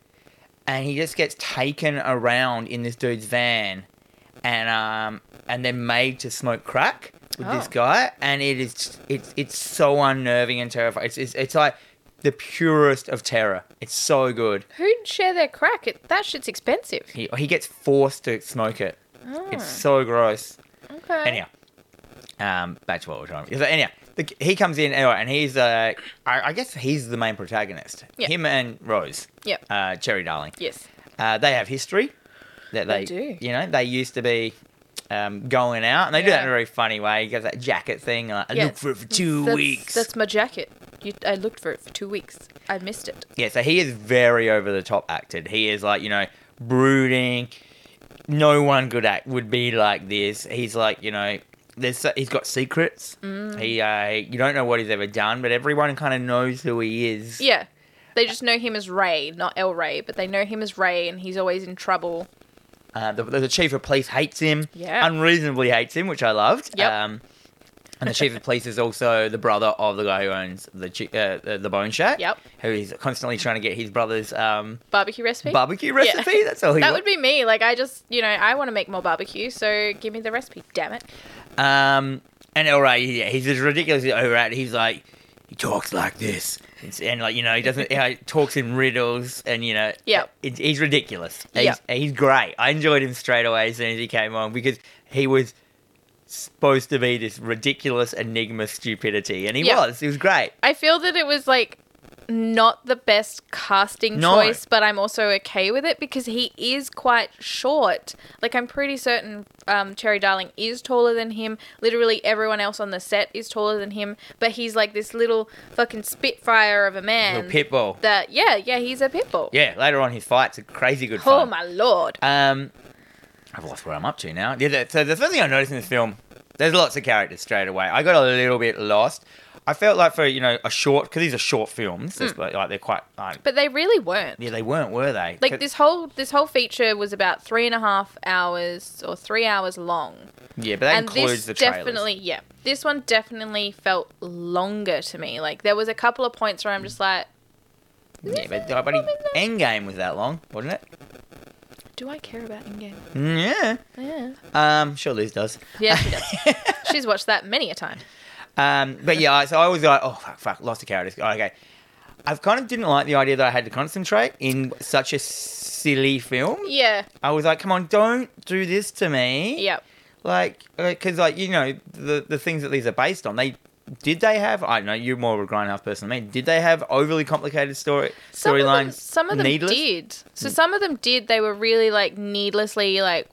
A: and he just gets taken around in this dude's van, and um, and then made to smoke crack with this
B: Oh.
A: guy, and it is it's it's so unnerving and terrifying. It's it's, it's like the purest of terror. It's so good.
B: Who'd share their crack? It, that shit's expensive.
A: He, he gets forced to smoke it. It's so gross.
B: Hmm. Okay.
A: Anyhow, um, back to what we're talking about. So anyhow, the, he comes in anyway, and he's uh, I, I guess he's the main protagonist.
B: Yeah.
A: Him and Rose,
B: Yep.
A: uh, Cherry Darling.
B: Yes.
A: Uh, they have history. That they,
B: They do.
A: You know, they used to be um, going out, and they do that in a
B: Yeah.
A: very funny way. He goes that jacket thing. Like, I
B: Yeah,
A: looked for it for two
B: that's,
A: weeks.
B: That's my jacket. You, I looked for it for two weeks. I missed it.
A: Yeah, so he is very over the top acted. He is like, you know, brooding. No one good act would be like this. He's like, you know, there's so- he's got secrets.
B: Mm.
A: He uh, you don't know what he's ever done, but everyone kind of knows who he is.
B: Yeah. They just know him as Ray, not El Ray, but they know him as Ray, and he's always in trouble.
A: Uh, the, the chief of police hates him.
B: Yeah.
A: Unreasonably hates him, which I loved.
B: Yep.
A: Um, and the chief of police is also the brother of the guy who owns the chi- uh, the, the Bone Shack.
B: Yep.
A: Who is constantly trying to get his brother's um,
B: Barbecue recipe?
A: barbecue recipe. That's all he
B: that
A: wa-
B: would be me. Like, I just, you know, I want to make more barbecue, so give me the recipe, damn it.
A: Um, and all right, yeah, he's just ridiculously over at. He's like, he talks like this, It's- and like you know, he doesn't. he talks in riddles, and you know,
B: Yep.
A: it, he's ridiculous. He's,
B: Yep.
A: he's great. I enjoyed him straight away as soon as he came on because he was supposed to be this ridiculous enigma stupidity, and he
B: Yep.
A: was. He was great.
B: I feel that it was like not the best casting
A: No.
B: choice, but I'm also okay with it because he is quite short. Like I'm pretty certain um, Cherry Darling is taller than him. Literally everyone else on the set is taller than him, but he's like this little fucking spitfire of a
A: Little
B: man.
A: pit bull.
B: That yeah, yeah, he's a pitbull.
A: yeah, later on his fights are crazy good
B: Oh
A: fun.
B: my lord.
A: Um, I've lost where I'm up to now. Yeah, that, so the first thing I noticed in this film, there's lots of characters straight away. I got a little bit lost. I felt like for you know a short because these are short films, it's
B: Hmm.
A: like, like they're quite like
B: But they really weren't.
A: yeah they weren't were they
B: Like
A: 'Cause-
B: this whole this whole feature was about three and a half hours or three hours long.
A: yeah but that
B: and
A: includes
B: this
A: the trailers.
B: definitely yeah this one definitely felt longer to me like there was a couple of points where i'm just like
A: yeah but, oh, but Endgame was that long wasn't it
B: do i care about endgame
A: Mm,
B: yeah
A: yeah um sure Liz does
B: yeah she does she's watched that many a time
A: Um, but yeah, I- so I was like, oh fuck, fuck, lost the characters. Oh, okay, I've kind of didn't like the idea that I had to concentrate in such a silly film.
B: yeah
A: I was like, come on, don't do this to me.
B: yep
A: Like, because like you know the the things that these are based on, they. Did they have? I don't know you're more of a grindhouse person than me. Did they have overly complicated story
B: some of them,
A: storylines?
B: some of them
A: needless? Hmm.
B: did so some of them did they were really like needlessly like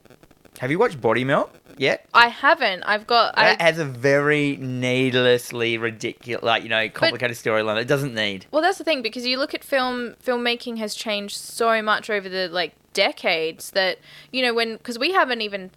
A: Have you watched Body Melt? yet?
B: I haven't. I've got.
A: That
B: I,
A: has a very needlessly ridiculous, like you know, complicated storyline. It doesn't need.
B: well, that's the thing because you look at film. Filmmaking has changed so much over the like decades that you know when because we haven't even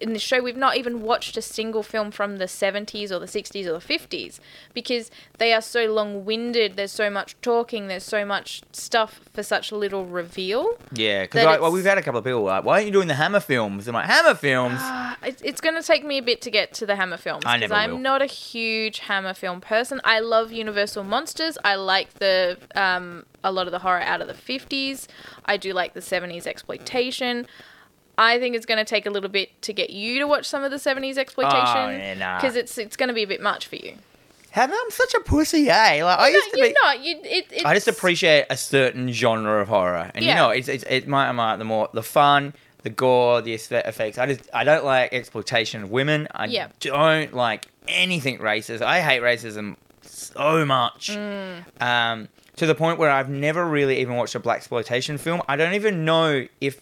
B: in the show we've not even watched a single film from the 70s or the 60s or the 50s because they are so long-winded there's so much talking there's so much stuff for such little reveal
A: Yeah, because
B: That
A: like, well,
B: it's-
A: we've had a couple of people like, why aren't you doing the Hammer films? I'm like, Hammer films.
B: Ah, it- it's going to take me a bit to get to the Hammer films
A: I never
B: I'm
A: will.
B: not a huge Hammer film person. I love Universal monsters. I like the um, a lot of the horror out of the 50s. I do like the 70s exploitation. I think it's going to take a little bit to get you to watch some of the 70s exploitation
A: Oh, yeah, nah.
B: it's it's going to be a bit much for you.
A: Hammer, I'm such a pussy, eh? Like I
B: No,
A: used to
B: you're
A: be.
B: not. You, it, it's,
A: I just appreciate a certain genre of horror, and you
B: Yeah.
A: know, it's it's it might might the more the fun, the gore, the aesthetic effects. I just I don't like exploitation of women. I
B: Yeah.
A: don't like anything racist. I hate racism so much,
B: Mm.
A: um, to the point where I've never really even watched a black exploitation film. I don't even know if.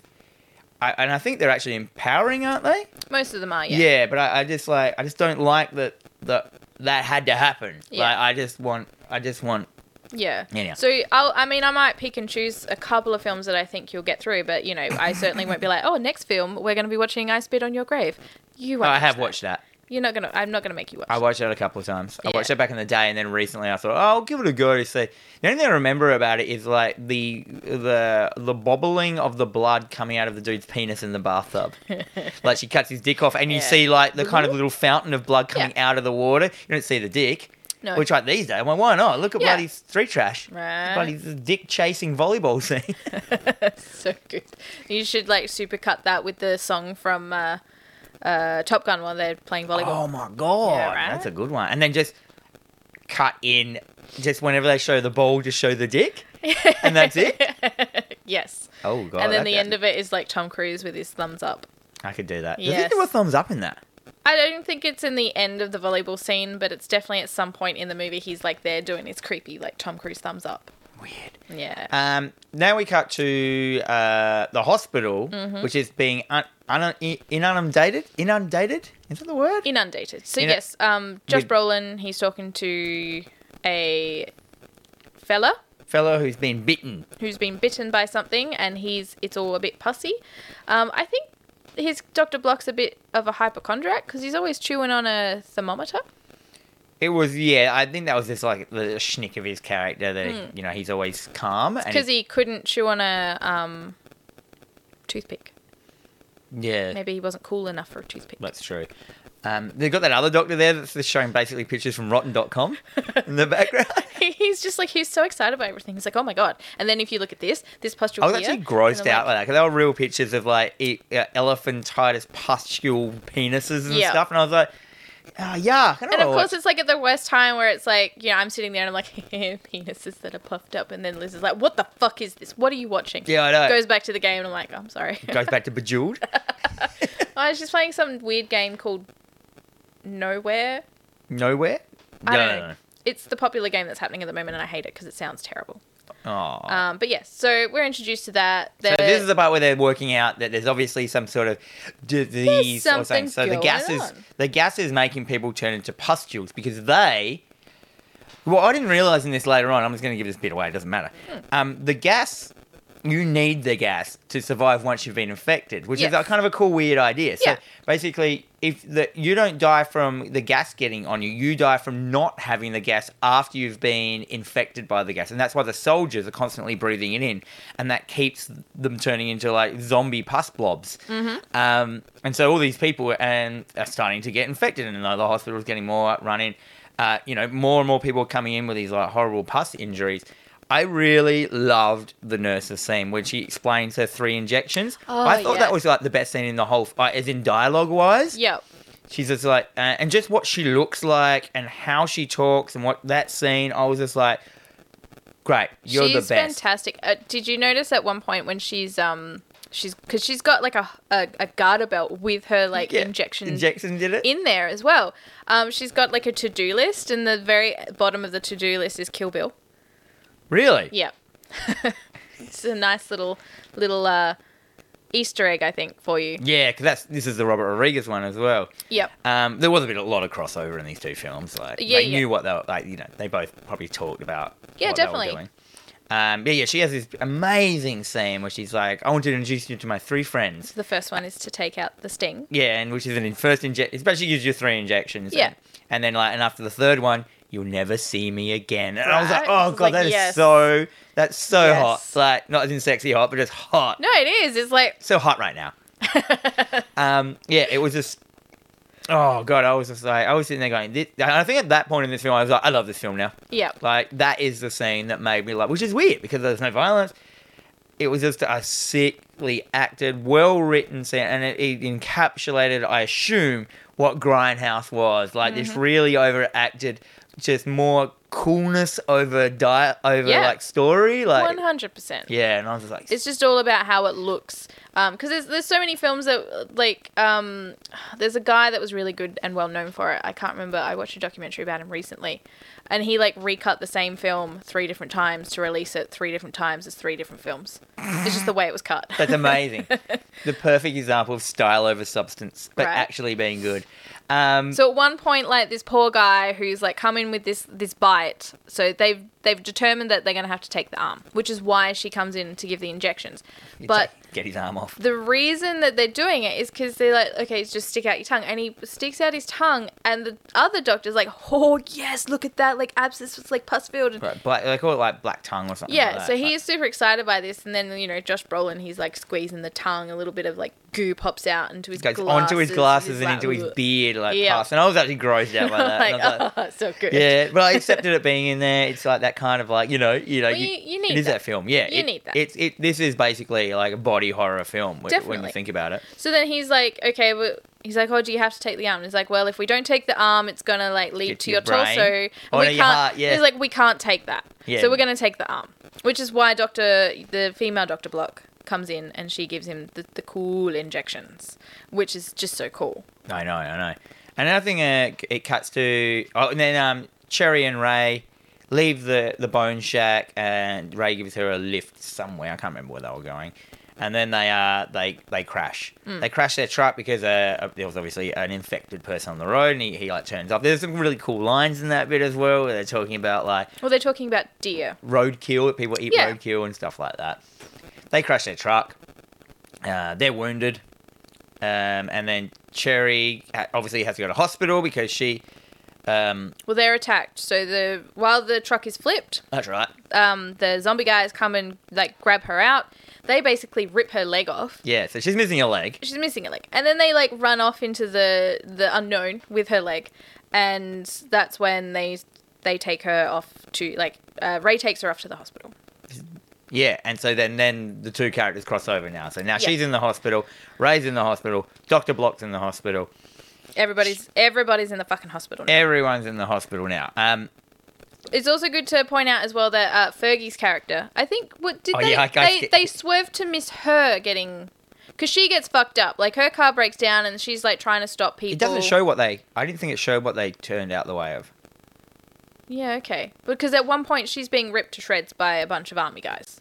A: I, and I think they're actually empowering, aren't they?
B: most of them are.
A: Yeah,
B: Uh, Yeah.
A: but I, I just like I just don't like that that that had to happen.
B: Yeah.
A: Like I just want I just want
B: Yeah.
A: Anyhow.
B: So I'll, I mean, I might pick and choose a couple of films that I think you'll get through, but you know, I certainly won't be like, oh, next film we're going to be watching I Spit on Your Grave. You.
A: Oh,
B: Won't
A: I
B: watch
A: have
B: that.
A: watched that.
B: You're not gonna. I'm not gonna make you watch.
A: I watched it a couple of times. I
B: Yeah.
A: watched it back in the day, and then recently I thought, oh, I'll give it a go to see. The only thing I remember about it is like the the the bobbling of the blood coming out of the dude's penis in the bathtub. like she cuts his dick off, and you
B: Yeah. Mm-hmm.
A: see like the kind of little fountain of blood coming
B: Yeah.
A: out of the water. You don't see the dick.
B: No.
A: Which like these days, I'm like, why not? Look at
B: Yeah.
A: bloody street trash.
B: Right.
A: Bloody dick chasing volleyball scene.
B: so good. You should like supercut that with the song from uh, uh, Top Gun while they're playing volleyball.
A: Oh my god,
B: Yeah, right?
A: that's a good one. And then just cut in, just whenever they show the ball, just show the dick, Oh, and that's it.
B: yes.
A: Oh god,
B: and
A: that-
B: then the
A: that-
B: end of it is like Tom Cruise with his thumbs up.
A: I could do that. Does
B: Yes.
A: he do a thumbs up in that?
B: I don't think it's in the end of the volleyball scene, but it's definitely at some point in the movie he's like there doing his creepy like Tom Cruise thumbs up.
A: Weird.
B: Yeah.
A: Um, now we cut to uh, the hospital,
B: Mm-hmm.
A: which is being un- un- in- inundated. Inundated is that the word?
B: Inundated. So
A: Inu-
B: yes, um, Josh
A: With-
B: Brolin he's talking to a fella
A: Fellow who's been bitten.
B: who's been bitten by something, and he's it's all a bit pussy. Um, I think his Doctor Block's a bit of a hypochondriac because he's always chewing on a thermometer.
A: It was yeah. I think that was just like the schnick of his character that you know he's always calm and
B: Because Hmm. he couldn't chew on a um, toothpick.
A: yeah.
B: Maybe he wasn't cool enough for a toothpick.
A: That's true. Um, they've got that other doctor there that's just showing basically pictures from rotten.com in the background.
B: he's just like he's so excited about everything. He's like, oh my god! And then if you look at this, this
A: I
B: pustule.
A: was
B: here,
A: actually
B: and
A: grossed
B: I'm
A: out by
B: like-
A: that because they were real pictures of like e- uh, elephantitis pustule penises and
B: Yeah.
A: stuff. And I was like, oh, yeah. I don't
B: And of
A: wanna
B: course,
A: watch-
B: it's like at the worst time where it's like, you know, I'm sitting there and I'm like, penises that are puffed up, and then Liz is like, "What the fuck is this? What are you watching?"
A: Yeah, I know.
B: Goes back to the game, and I'm like, "I'm sorry."
A: Goes back to Bejeweled.
B: I was just playing some weird game called Nowhere.
A: Nowhere.
B: I don't know. It's the popular game that's happening at the moment, and I hate it because it sounds terrible.
A: Aw.
B: Um, but yes, so we're introduced to that.
A: So
B: There-
A: this is the part where they're working out that there's obviously some sort of disease or something.
B: something
A: So the
B: going
A: gas is
B: on.
A: the gas is making people turn into pustules because they. Well, I didn't realize in this later on. I'm just going to give this bit away. It doesn't matter.
B: Hmm.
A: Um, the gas, you need the gas to survive once you've been infected, which
B: Yes.
A: is like kind of a cool, weird idea. So
B: Yeah.
A: basically, if the, you don't die from the gas getting on you, you die from not having the gas after you've been infected by the gas. And that's why the soldiers are constantly breathing it in. And that keeps them turning into like zombie pus blobs. Mm-hmm. Um, and so all these people and are starting to get infected. And like, the hospital's getting more run in. Uh, you know, more and more people are coming in with these like horrible pus injuries. I really loved the nurse's scene when she explains her three injections.
B: Oh,
A: I thought
B: yeah.
A: that was like the best scene in the whole, f- uh, as in dialogue wise.
B: yeah,
A: She's just like, uh, and just what she looks like and how she talks and what that scene, I was just like, great, you're
B: she's
A: the best.
B: fantastic. Uh, did you notice at one point when she's um she's because she's got like a, a a garter belt with her like
A: Yeah.
B: injection
A: Injection did it?
B: in there as well. Um, she's got like a to do list, and the very bottom of the to do list is Kill Bill.
A: really?
B: Yep. it's a nice little little uh Easter egg, I think, for you.
A: Yeah, because that's this is the Robert Rodriguez one as well.
B: Yep.
A: Um, there was a bit, a lot of crossover in these two films. Like
B: Yeah,
A: they
B: yeah.
A: knew what they were, like. You know, they both probably talked about.
B: Yeah,
A: what They
B: definitely.
A: were doing. Um, yeah, yeah. She has this amazing scene where she's like, "I want to introduce you to my three friends."
B: The first one is to take out the sting.
A: Yeah, and which is an in first inject. It's basically gives you three injections.
B: Yeah.
A: And, and then like, and after the third one, you'll never see me again. And I was like,
B: Right?
A: "Oh
B: It's
A: god,
B: like,
A: that is
B: yes.
A: so that's so
B: Yes.
A: hot." It's like not as in sexy hot, but it's hot.
B: No, it is. It's like
A: So hot right now. Um, yeah, it was just. Oh god, I was just like, I was sitting there going. This, and I think at that point in this film, I was like, I love this film now.
B: yeah.
A: Like that is the scene that made me love, which is weird because there's no violence. It was just a sickly acted, well written scene, and it, it encapsulated, I assume, what Grindhouse was like. This
B: Mm-hmm.
A: really overacted, just more coolness over di- over
B: Yeah.
A: like story, like
B: One hundred percent.
A: yeah. And I was just like,
B: It's just all about how it looks. Um, because there's there's so many films that like um, there's a guy that was really good and well known for it. I can't remember. I watched a documentary about him recently, and he like recut the same film three different times to release it three different times as three different films. It's just the way it was cut.
A: That's amazing. the perfect example of style over substance, but
B: Right.
A: actually being good. Um,
B: So at one point, like this poor guy who's like come in with this this bite. So they've they've determined that they're gonna have to take the arm, which is why she comes in to give the injections.
A: you
B: But
A: take- get his arm off.
B: the reason that they're doing it is because they're like, okay, just stick out your tongue, and he sticks out his tongue, and the other doctor's like, oh yes, look at that, like abscess was like pus filled. And,
A: Right, black, they call it like black tongue or something. like
B: Yeah,
A: that,
B: so
A: but-
B: he's super excited by this, and then you know Josh Brolin, he's like squeezing the tongue, a little bit of like goo pops out into his
A: goes
B: glasses,
A: onto his glasses
B: He's
A: and
B: like,
A: into his
B: "Ugh."
A: beard, like
B: Yeah.
A: past. And I was actually grossed out by that.
B: like,
A: and I was like,
B: "Oh, so good.
A: yeah, but I accepted it being in there. It's like that kind of like you know, you know,
B: Well, you- you need
A: it is
B: that.
A: that film. Yeah,
B: You
A: it-
B: need that.
A: It's it. This is basically like a body horror film when, when you
B: Definitely.
A: think about it.
B: So then he's like, okay, well, he's like, oh, do you have to take the arm? And he's like, well, if we don't take the arm, it's gonna like lead
A: Get
B: to
A: to
B: your,
A: your brain.
B: torso. and
A: Oh,
B: we
A: no, your
B: can't.
A: heart, yeah.
B: He's like, we can't take that.
A: Yeah.
B: So we're gonna take the arm, which is why Doctor, the female Doctor Block, comes in and she gives him the, the cool injections, which is just so cool.
A: I know, I know. And I think uh, it cuts to oh, and then um, Cherry and Ray leave the the bone shack, and Ray gives her a lift somewhere. I can't remember where they were going. And then they uh they they crash. They crash their truck because uh, there was obviously an infected person on the road, and he, he like turns up. There's some really cool lines in that bit as well, where they're talking about like
B: Well, they're talking about deer.
A: roadkill. People eat
B: Yeah.
A: roadkill and stuff like that. They crash their truck. Uh, they're wounded, um, and then Cherry ha- obviously has to go to hospital because she. Um,
B: Well, they're attacked. So the while the truck is flipped,
A: that's right.
B: um, the zombie guys come and like grab her out. They basically rip her leg off.
A: Yeah, so she's missing a leg.
B: she's missing a leg and then they like run off into the the unknown with her leg and that's when they they take her off to like uh, ray takes her off to the hospital
A: Yeah, and so then then the two characters cross over now. So now
B: Yeah.
A: she's in the hospital. Ray's in the hospital. Doctor Block's in the hospital.
B: everybody's everybody's in the fucking hospital now.
A: Everyone's in the hospital now. Um,
B: it's also good to point out as well that uh, fergie's character i think what did
A: Oh,
B: they
A: yeah, I guess
B: they,
A: get-
B: they swerved to miss her getting because she gets fucked up like her car breaks down and she's like trying to stop people
A: it doesn't show what they. I didn't think it showed what they turned out the way of.
B: yeah okay because at one point she's being ripped to shreds by a bunch of army guys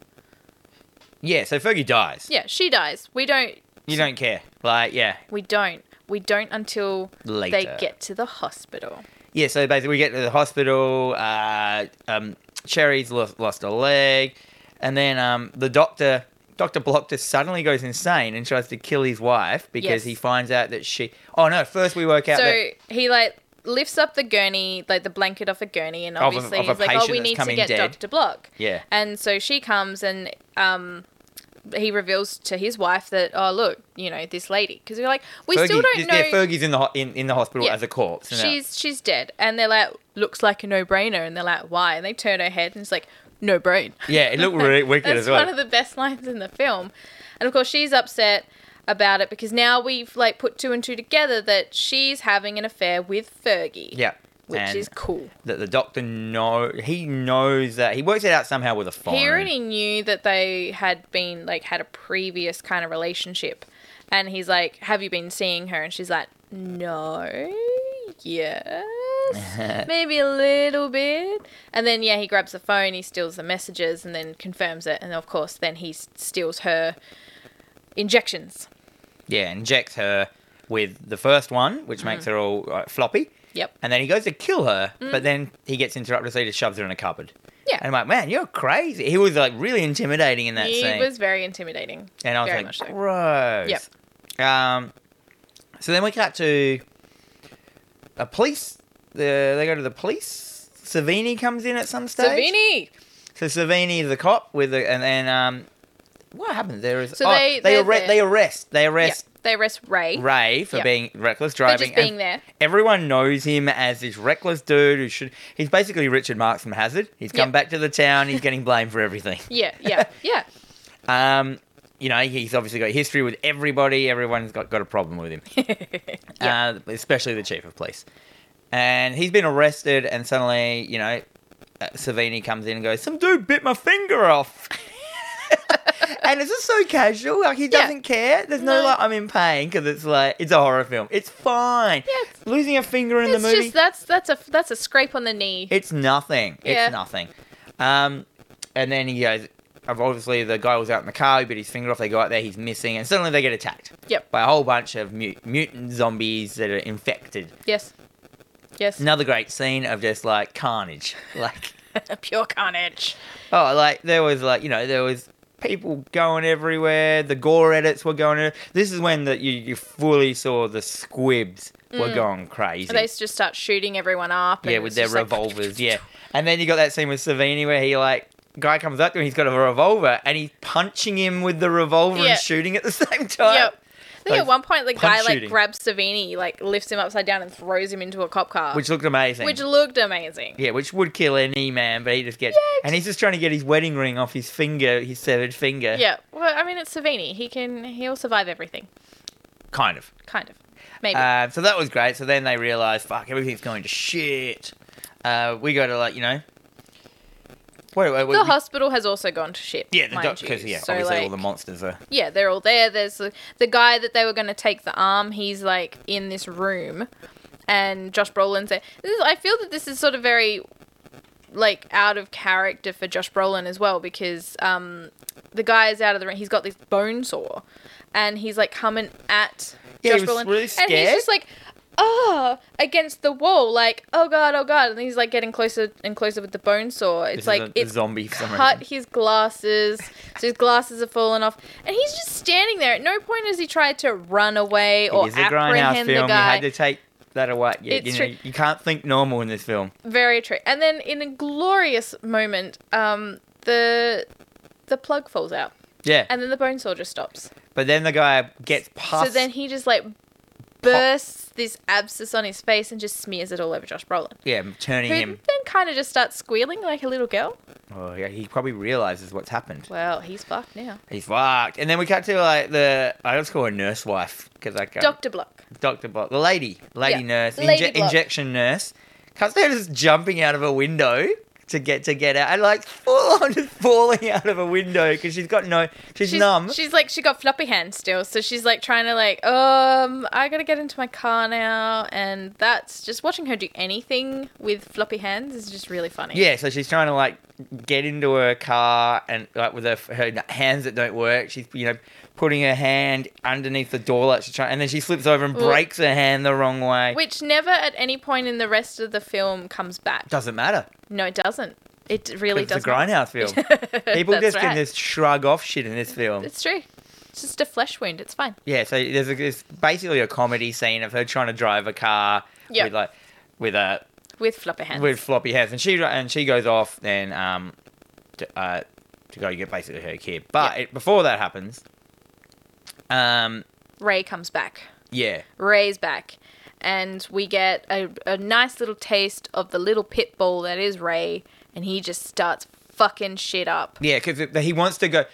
A: Yeah, so Fergie dies.
B: yeah she dies we don't
A: You don't care. Like, yeah,
B: We don't. We don't until
A: Later.
B: they get to the hospital.
A: Yeah, so basically we get to the hospital. Uh, um, Cherry's lost, lost a leg, and then um, the doctor, Doctor Block, just suddenly goes insane and tries to kill his wife because
B: Yes.
A: he finds out that she. Oh no! First we work out
B: so
A: that
B: he like lifts up the gurney, like the blanket off a gurney, and
A: Of a-
B: obviously
A: of a
B: he's like,
A: patient
B: "Oh, we
A: that's
B: need
A: come
B: to
A: in
B: get
A: dead."
B: Doctor Block."
A: yeah,
B: And so she comes and um, he reveals to his wife that, "Oh, look, you know this lady," because we're like, we still
A: yeah,
B: don't know.
A: Fergie's in the ho- in, in the hospital
B: Yeah.
A: as a corpse. and, uh,
B: she's she's dead, and they're like, "Looks like a no-brainer," and they're like, "Why?" And they turn her head, and it's like, "No brain."
A: yeah, it looked really wicked
B: That's
A: as well.
B: one of the best lines in the film. And of course, she's upset about it because now we've like put two and two together that she's having an affair with Fergie.
A: yeah,
B: Which
A: and
B: is cool.
A: that the doctor know he knows that he works it out somehow with a phone.
B: He already knew that they had been like had a previous kind of relationship. And he's like, Have you been seeing her? And she's like, No. Yes. Maybe a little bit. And then, yeah, he grabs the phone, he steals the messages, and then confirms it. And of course, then he s- steals her injections.
A: Yeah, injects her with the first one,
B: Mm.
A: which makes her all uh, floppy.
B: Yep.
A: And then he goes to kill her, but then he gets interrupted, so he just shoves her in a cupboard.
B: Mm. Yeah.
A: And I'm like, man, you're crazy. He was like really intimidating in that
B: he
A: scene.
B: was very intimidating.
A: and I was
B: very
A: like,
B: much so.
A: gross. Um, so then we cut to a police. The, they go to the police. Savini comes in at some stage.
B: Savini.
A: So Savini is the cop with the, and then um, what happens there is
B: So
A: oh,
B: they-
A: they
B: they're
A: arre-
B: there.
A: they arrest they
B: Yeah,
A: arrest
B: They arrest Ray.
A: Ray for
B: Yeah.
A: being reckless
B: For
A: driving.
B: just
A: and
B: being there.
A: Everyone knows him as this reckless dude who should. He's basically Richard Marks from Hazard. He's come
B: Yep.
A: back to the town. He's getting blamed for everything.
B: Yeah, yeah, yeah.
A: Um, you know, he's obviously got history with everybody. Everyone's got, got a problem with him,
B: Yeah.
A: uh, especially the chief of police. And he's been arrested, and suddenly, you know, uh, Savini comes in and goes, Some dude bit my finger off. and it's just so casual. Like, he
B: Yeah.
A: doesn't care. There's no,
B: No.
A: like, I'm in pain because it's like, it's a horror film. It's fine.
B: Yeah, it's-
A: Losing a finger in
B: it's
A: the movie.
B: just that's that's a that's a scrape on the knee.
A: It's nothing.
B: Yeah.
A: It's nothing. Um, and then he goes. Obviously, the guy was out in the car. He bit his finger off. They go out there. He's missing, and suddenly they get attacked
B: Yep.
A: by a whole bunch of mut- mutant zombies that are infected.
B: Yes. Yes.
A: Another great scene of just like carnage. Like
B: Pure carnage.
A: oh, like there was like you know there was people going everywhere. The gore edits were going. ev- This is when that you you fully saw the squibs were going crazy.
B: Mm. They just start shooting everyone up. and
A: Yeah, with
B: it's
A: their
B: just like-
A: revolvers. yeah, and then you got that scene with Savini where he like guy comes up to him, he's got a revolver, and he's punching him with the revolver
B: Yeah.
A: and shooting at the same time.
B: Yep. I think
A: Like,
B: at one point the
A: punch
B: guy like
A: shooting.
B: grabs Savini, like lifts him upside down and throws him into a cop car,
A: Uh, Which looked amazing.
B: which looked amazing.
A: yeah, which would kill any man, but he just gets.
B: Yeah,
A: and he's just trying to get his wedding ring off his finger, his severed finger.
B: Yeah. Well, I mean, it's Savini. He can. He'll survive everything.
A: Kind of.
B: Kind of. Maybe.
A: Uh, so that was great. So then they realised, fuck, everything's going to shit. Uh, we got to, like, you know. Wait, wait, wait.
B: the
A: we-
B: hospital has also gone to shit.
A: yeah, the
B: mind
A: doctor,
B: you.
A: because, yeah,
B: So,
A: obviously all
B: like,
A: the monsters are.
B: yeah, they're all there. There's the, the guy that they were going to take the arm. He's like in this room, and Josh Brolin's there. This is, I feel that this is sort of very like out of character for Josh Brolin as well because um, the guy is out of the ring. He's got this bone saw, and he's like coming at
A: Yeah, he
B: Josh
A: was
B: Brolin,
A: really
B: and he's
A: scared.
B: just like. Oh, against the wall, like oh god, oh god, and he's like getting closer and closer with the bone saw. It's
A: This is
B: like
A: a- a
B: it's
A: zombie for some
B: cut
A: reason.
B: his glasses, so his glasses have fallen off, and he's just standing there. At no point has he tried to run away or
A: It is a grindhouse
B: apprehend
A: film.
B: the
A: You had
B: guy.
A: to take that away. You,
B: It's
A: you, know,
B: true.
A: you can't think normal in this film.
B: Very true. And then in a glorious moment, um, the the plug falls out,
A: Yeah.
B: and then the bone saw just stops.
A: but then the guy gets past.
B: So then he just like bursts this abscess on his face and just smears it all over Josh Brolin,
A: yeah, turning
B: who
A: him.
B: then kind of just starts squealing like a little girl.
A: Oh, yeah, he probably realizes what's happened.
B: Well, he's fucked now.
A: He's fucked. And then we cut to like the I just call her nurse wife because I can't.
B: Doctor Block.
A: Doctor Block, the lady, lady
B: Yeah,
A: nurse, the
B: Lady
A: inje-
B: Block.
A: injection nurse, comes there just jumping out of a window to get to get out, and like full on just falling out of a window because she's got no, she's, numb.
B: She's like she got floppy hands still, so she's like trying to like, um, I gotta get into my car now, and that's just watching her do anything with floppy hands is just really funny.
A: Yeah, so she's trying to like get into her car and like with her, her hands that don't work, she's you know putting her hand underneath the door like she's trying, and then she slips over and
B: Well-
A: breaks her hand the wrong way.
B: Which never at any point in the rest of the film comes back.
A: Doesn't matter.
B: No, it doesn't. It really
A: It's a
B: doesn't.
A: grindhouse film. People
B: That's
A: just can
B: right.
A: just shrug off shit in this film.
B: It's true. It's just a flesh wound. It's fine.
A: Yeah, so there's a, it's basically a comedy scene of her trying to drive a car
B: Yeah.
A: with like with a
B: With floppy hands.
A: with floppy hands, and she and she goes off then um to, uh, to go get basically her kid. But
B: Yeah.
A: it, before that happens, um
B: Ray comes back.
A: yeah.
B: Ray's back. And we get a, a nice little taste of the little pit bull that is Ray, and he just starts fucking shit up.
A: Yeah, because he wants to go.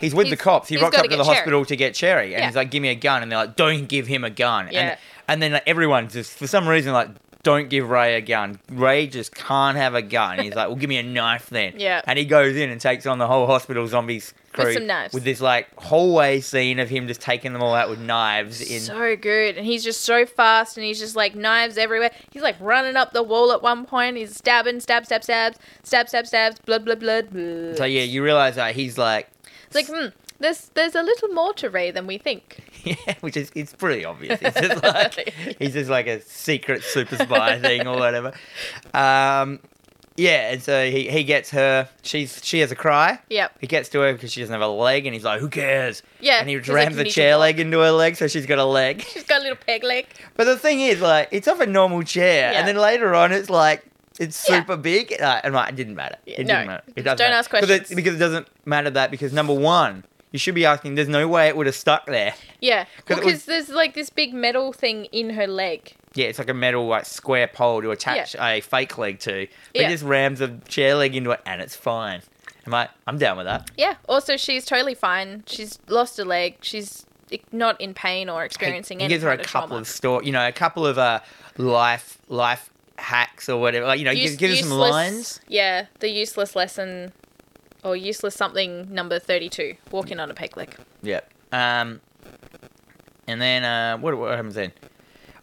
A: He's with
B: He's-
A: the cops. He
B: he's
A: rocks
B: gotta
A: up to
B: get
A: the
B: Cherry.
A: hospital to get Cherry, and
B: Yeah.
A: he's like, "Give me a gun," and they're like, "Don't give him a gun."
B: Yeah.
A: And, and then like, everyone just for some reason like, "Don't give Ray a gun." Ray just can't have a gun. He's like, "Well, give me a knife then."
B: Yeah.
A: And he goes in and takes on the whole hospital zombies crew
B: some knives.
A: with this like hallway scene of him just taking them all out with knives. In
B: so good and he's just so fast and he's just like knives everywhere he's like running up the wall at one point he's stabbing stab stab stabs stab stab stabs blood blood blood blood
A: so yeah, you realize that he's like
B: it's like hmm There's there's a little more to Ray than we think.
A: Yeah, which is it's pretty obvious. It's just like he's just like a secret super spy thing or whatever. Um, yeah, and so he, he gets her. She's she has a cry.
B: Yep.
A: He gets to her because she doesn't have a leg, and he's like, "Who cares?"
B: Yeah,
A: And he
B: he's like,
A: rams
B: "You
A: the
B: need to
A: chair
B: walk."
A: leg into her leg, so she's got a leg.
B: She's got a little peg leg.
A: But the thing is, like, it's off a normal chair,
B: Yeah.
A: and then later on, it's like it's
B: Yeah.
A: super big. Like, and like, it didn't matter. It
B: Yeah,
A: didn't
B: no,
A: matter. It doesn't
B: just don't
A: matter.
B: ask
A: Because it-
B: questions.
A: because it doesn't matter that because number one, you should be asking. There's no way it would have stuck there.
B: Yeah.
A: 'Cause
B: Because
A: it was-
B: there's like this big metal thing in her leg.
A: Yeah, it's like a metal like square pole to attach a fake leg to. But
B: Yeah.
A: it just rams a chair leg into it, and it's fine. I'm like, I'm down with that.
B: Yeah. Also, she's totally fine. She's lost a leg. She's not in pain or
A: He-
B: experiencing
A: he,
B: any
A: gives her a
B: kind of
A: couple
B: trauma.
A: of store, you know, a couple of uh, life life hacks or whatever. Like, you know,
B: Use-
A: gives give her some
B: useless-
A: lines.
B: Yeah, the useless lesson or useless something number 32, walking on a peg leg.
A: Yep. Um, and then uh, what what happens then?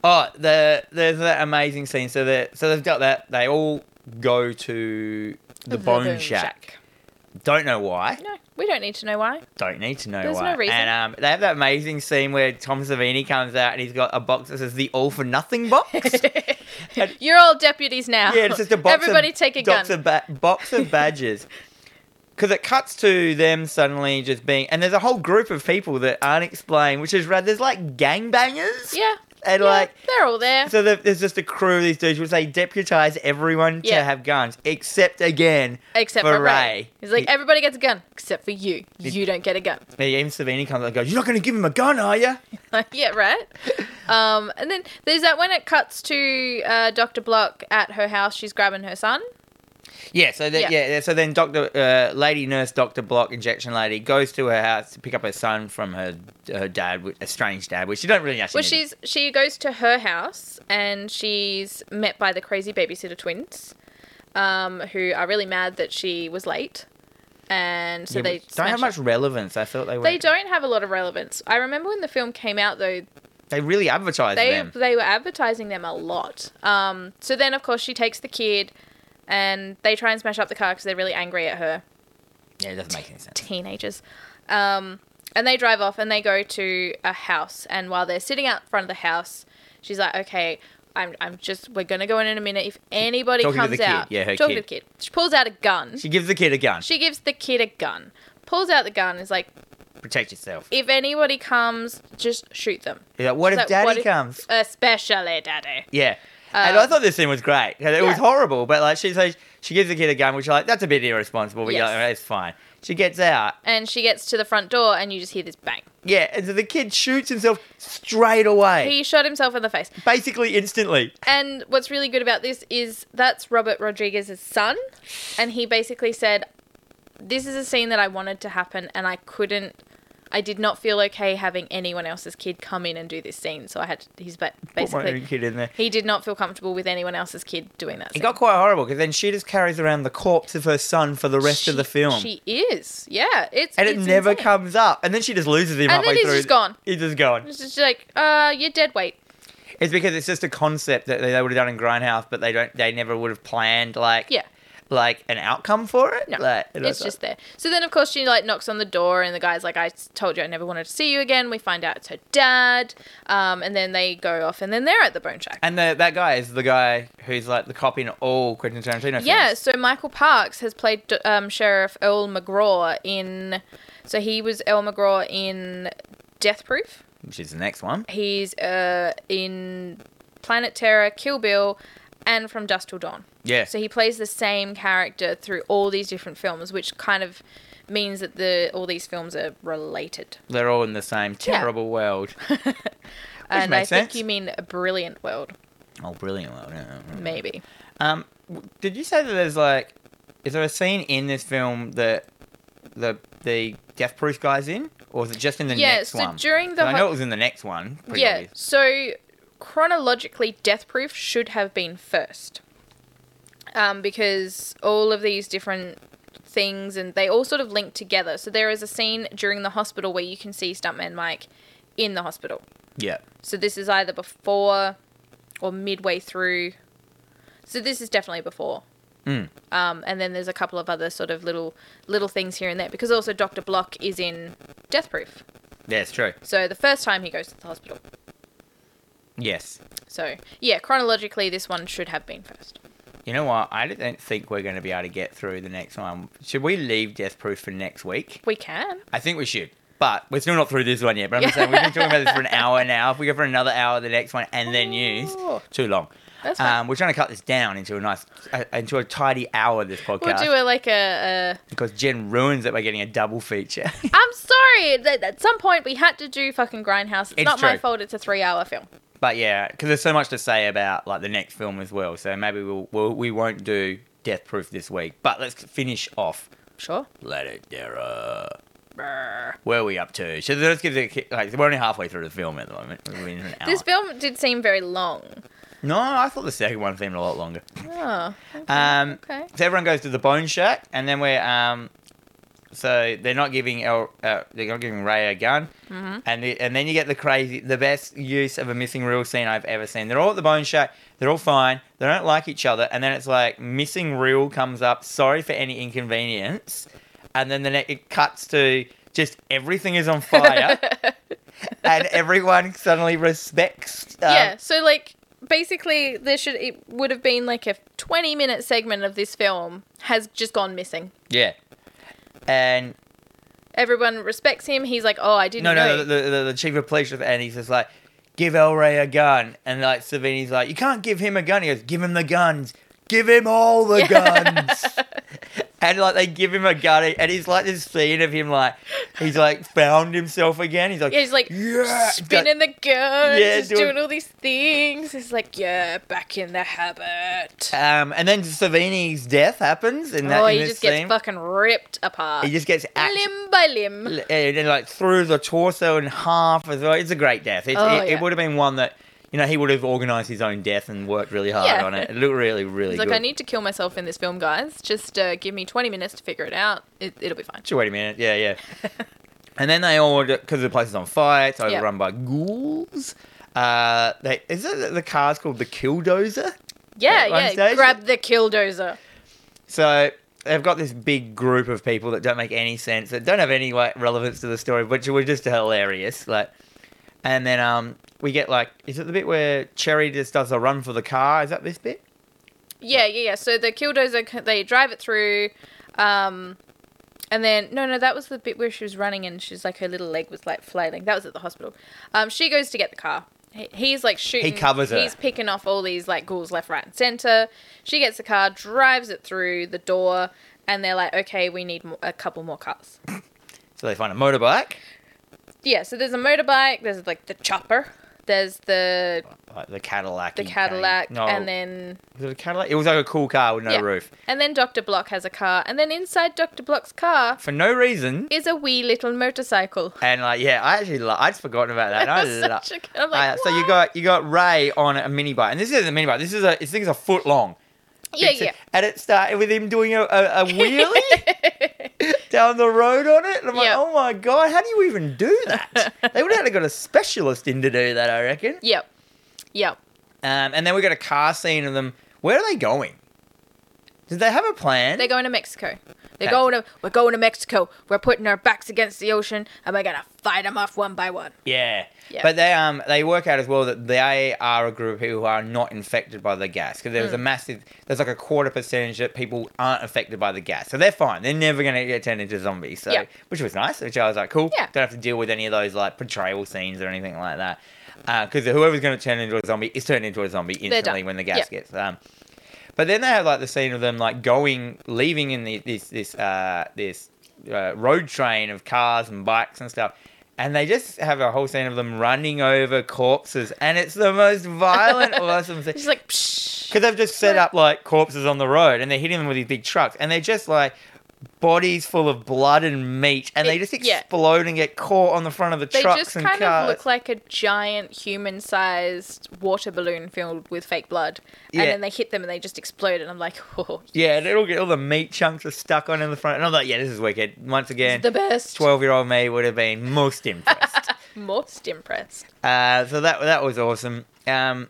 A: Oh, the there's that amazing scene. So they so they've got that. They all go to the, bone, shack. Don't know why.
B: No, we don't need to know why.
A: Don't need to know
B: There's
A: why.
B: no reason.
A: And um, they have that amazing scene where Tom Savini comes out and he's got a box that says the all for nothing box. And-
B: You're all deputies now.
A: Yeah, it's just a box.
B: Everybody
A: of,
B: take a
A: box
B: gun.
A: Of ba- box of badges. Because it cuts to them suddenly just being, and there's a whole group of people that aren't explained, which is rad. There's like gangbangers,
B: yeah.
A: and
B: yeah,
A: like
B: they're all there.
A: so there- there's just a crew of these dudes which they deputize everyone
B: Yeah.
A: to have guns, except again,
B: Except
A: for
B: for Ray.
A: Ray.
B: He's like,
A: He- everybody
B: everybody gets a gun, except for you. You don't get a gun.
A: even Savini comes up and goes, "You're not going to give him a gun, are you?"
B: yeah, right. Um, and then there's that when it cuts to uh, Doctor Block at her house. She's grabbing her son.
A: Yeah, so that,
B: Yeah.
A: yeah. so then Doctor uh, Lady Nurse Doctor Block Injection Lady goes to her house to pick up her son from her her dad, wh- estranged dad, which she don't really actually.
B: Well,
A: need.
B: she's she goes to her house and she's met by the crazy babysitter twins, um, who are really mad that she was late, and so
A: Yeah,
B: they
A: which don't have
B: smash
A: much
B: her.
A: relevance. I thought they were.
B: They
A: They,
B: don't have a lot of relevance. I remember when the film came out though,
A: really advertise
B: they
A: them.
B: they were advertising them a lot. Um, so then of course she takes the kid, and they try and smash up the car because they're really angry at her.
A: Yeah, it doesn't make any sense.
B: teenagers. Um, and they drive off and they go to a house. And while they're sitting out front of the house, she's like, okay, I'm, I'm just, we're going to go in in a minute. If anybody
A: Talking to the
B: comes
A: kid.
B: out,
A: Yeah, her
B: talking
A: kid.
B: to the kid, she pulls out a gun.
A: She gives the kid a gun.
B: She gives the kid a gun, pulls out the gun, is like,
A: Protect yourself.
B: if anybody comes, just shoot them.
A: You're like, what
B: It's
A: if
B: like,
A: daddy
B: what if-
A: comes?
B: Especially daddy.
A: Yeah. And I
B: Um,
A: thought this scene was great. 'cause It was
B: yeah.
A: horrible, but like she's like, she gives the kid a gun, which like that's a bit irresponsible, but yeah,
B: Yes.
A: it's fine. She gets out.
B: And she gets to the front door and you just hear this bang.
A: Yeah, and so the kid shoots himself straight away,
B: He shot himself in the face.
A: basically instantly.
B: And what's really good about this is that's Robert Rodriguez's son, and he basically said, "This is a scene that I wanted to happen, and I couldn't. I did not feel okay having anyone else's kid come in and do this scene, so I had. To, he's ba-
A: Put my own
B: basically
A: kid in there.
B: he did not feel comfortable with anyone else's kid doing that.
A: It
B: Scene.
A: got quite horrible because then she just carries around the corpse of her son for the rest of the
B: She-
A: film.
B: She is, yeah. It's
A: and it
B: it's
A: never
B: insane.
A: comes up. And then she just loses him
B: And
A: halfway
B: then he's
A: through.
B: just gone.
A: He's just gone.
B: It's just like, uh, you're dead weight.
A: It's because it's just a concept that they, would have done in Grindhouse, but they don't. They never would have planned like
B: Yeah.
A: like an outcome for it. uh,
B: No,
A: Like, and I
B: it's
A: thought-
B: just there. So then, of course, she like knocks on the door, and the guy's like, "I s- told you I never wanted to see you again." We find out it's her dad, um, and then they go off, and then they're at the bone shack.
A: And the, that guy is the guy who's like the cop in all Quentin Tarantino films.
B: yeah. So Michael Parks has played D- um, Sheriff Earl McGraw in, so he was Earl McGraw in Death Proof.
A: which is the next one.
B: He's uh, in Planet Terror, Kill Bill, and From Dusk Till Dawn.
A: Yeah,
B: So he plays the same character through all these different films, which kind of means that the all these films are related.
A: they're all in the same
B: Yeah.
A: terrible world. makes
B: and I
A: sense.
B: think you mean a brilliant world,
A: Oh, brilliant world. yeah, yeah, yeah.
B: maybe.
A: Um, w- did you say that there's like, is there a scene in this film that the the Death Proof guy's in, or is it just in the
B: yeah,
A: next
B: so
A: one?
B: during the
A: I know
B: ho-
A: it was in the next one. Pretty
B: yeah,
A: obvious.
B: so chronologically, Death Proof should have been first, um, because all of these different things and they all sort of link together. So there is a scene during the hospital where you can see Stuntman Mike in the hospital.
A: Yeah.
B: So this is either before or midway through. So this is definitely before Um, and then there's a couple of other sort of little little things here and there because also Doctor Block is in Death Proof.
A: Yeah, it's true.
B: So the first time he goes to the hospital.
A: Yes.
B: So yeah, chronologically this one should have been first.
A: You know what? I don't think we're going to be able to get through the next one. Should we leave Death Proof for next week?
B: We can.
A: I think we should. But we're still not through this one yet. But I'm just saying, we've been talking about this for an hour now. If we go for another hour, the next one, and then news,
B: Oh.
A: too long.
B: That's fine.
A: Um, we're trying to cut this down into a nice, uh, into a tidy hour. This
B: We'll
A: podcast
B: do a like a. a
A: because Jen ruins that we're getting a double feature.
B: I'm sorry. That at some point we had to do fucking Grindhouse. It's,
A: It's
B: not my
A: true.
B: fault. It's a three-hour film.
A: but yeah, because there's so much to say about like the next film as well. So maybe we'll, we'll we won't do Death Proof this week. But let's finish off.
B: Sure.
A: Let it, Dara.
B: Brr.
A: Where are we up to? So let's give the ki- like we're only halfway through the film at the moment. We're in an hour.
B: This film did seem very long.
A: no, I thought the second one seemed a lot longer.
B: Oh.
A: Um,
B: Okay.
A: So everyone goes to the Bone Shack, and then we're um, so they're not giving El, uh, they're not giving Ray a gun, mm-hmm. and the, and then you get the crazy, the best use of a missing reel scene I've ever seen. They're all at the Bone Shack, they're all fine, they don't like each other, and then it's like missing reel comes up. Sorry for any inconvenience, and then the ne- it cuts to just everything is on fire, and everyone suddenly respects. Um,
B: yeah. So like basically there should it would have been like a 20 minute segment of this film has just gone missing.
A: yeah, and
B: Everyone respects him. He's like, "Oh, I didn't
A: No, no,
B: know."
A: the, the, the chief of police, and he's just like, give El Rey a gun. And like, Savini's like, you can't give him a gun. He goes, give him the guns. Give him all the guns. and like, they give him a gun. And he's like, this scene of him, like, he's like, found himself again. He's like,
B: yeah, he's like
A: yeah.
B: spinning the gun,
A: Yeah,
B: just
A: doing-
B: doing all these things. He's like, "Yeah, back in the habit."
A: Um, and then Savini's death happens. And that,
B: oh,
A: in
B: he
A: this
B: just
A: scene.
B: gets fucking ripped apart.
A: He just gets actually.
B: limb by limb.
A: uh, and then, like through the torso in half as well. It's a great death. It's,
B: Oh,
A: it,
B: yeah.
A: it would have been one that you know he would have organised his own death and worked really hard
B: Yeah.
A: on it. It looked really, really
B: He's
A: good.
B: like, I need to kill myself in this film, guys. Just uh, give me 20 minutes to figure it out. It, it'll be fine.
A: Just wait a minute. Yeah, yeah. and then they all because the place is on fire. It's
B: Yeah.
A: overrun by ghouls. Uh, they, is it the car's called the Killdozer?
B: Yeah,
A: At one
B: yeah.
A: stage-
B: Grab the killdozer.
A: So they've got this big group of people that don't make any sense, that don't have any like relevance to the story, which were just hilarious. Like, and then um, we get like, is it the bit where Cherry just does a run for the car? Is that this bit?
B: Yeah, yeah, yeah. So the killdozer, c- they drive it through. Um, and then, no, no, that was the bit where she was running and she's like, her little leg was like flailing. That was at the hospital. Um, she goes to get the car. He- He's like shooting.
A: covers her.
B: He's picking off all these like ghouls left, right, and center. She gets the car, drives it through the door, and they're like, okay, we need mo- a couple more cars.
A: So they find a motorbike,
B: Yeah, so there's a motorbike, there's like the chopper, there's the
A: like the Cadillac.
B: the
A: he came-
B: Cadillac,
A: No,
B: and then
A: was it a Cadillac? It was like a cool car with no
B: Yeah.
A: roof.
B: and then Doctor Block has a car, and then inside Doctor Block's car
A: For no reason,
B: is a wee little motorcycle.
A: and like yeah, I actually lo- I'd forgotten about that. and I lo-
B: Such a- I'm like,
A: Uh, so you
B: "What?"
A: got you got Ray on a mini bike, and this isn't a mini bike. This is a this thing's a foot long.
B: yeah,
A: It's-
B: yeah.
A: And it started with him doing a, a, a wheelie down the road on it. And I'm
B: Yep.
A: like, oh my God, how do you even do that? they would have got a specialist in to do that, I reckon.
B: yep, yep.
A: Um, and then we got a car scene of them. Where are they going? Did they have a plan?
B: They're going to Mexico. They're
A: That's-
B: going to. We're going to Mexico. We're putting our backs against the ocean, and we're gonna fight them off one by one.
A: yeah.
B: Yeah.
A: But they um they work out as well that they are a group of people who are not infected by the gas because there's a
B: Hmm.
A: massive there's like a quarter percentage that people aren't affected by the gas, so they're fine. They're never gonna get turned into zombies, so
B: Yeah.
A: which was nice. Which I was like, cool.
B: Yeah.
A: Don't have to deal with any of those like portrayal scenes or anything like that. Because whoever's going to turn into a zombie is turned into a zombie instantly
B: done.
A: when the gas
B: Yeah.
A: gets. Um, but then they have like the scene of them like going, leaving in the, this this uh, this uh, road train of cars and bikes and stuff, and they just have a whole scene of them running over corpses, and it's the most violent, awesome scene.
B: She's like, Psh.
A: Because they've just set up like corpses on the road and they're hitting them with these big trucks and they're just like bodies full of blood and meat and they
B: It-
A: just
B: yeah.
A: explode and get caught on the front of the
B: They
A: trucks
B: just
A: and
B: kind
A: cars.
B: of look like a giant human-sized water balloon filled with fake blood,
A: Yeah.
B: and then they hit them and they just explode. And I'm like, oh,
A: yeah, and it'll get all the meat chunks are stuck on in the front. And I'm like, yeah, this is wicked. Once again,
B: the best.
A: 12 year old me would have been most impressed.
B: Most impressed.
A: Uh, so that that was awesome. Um,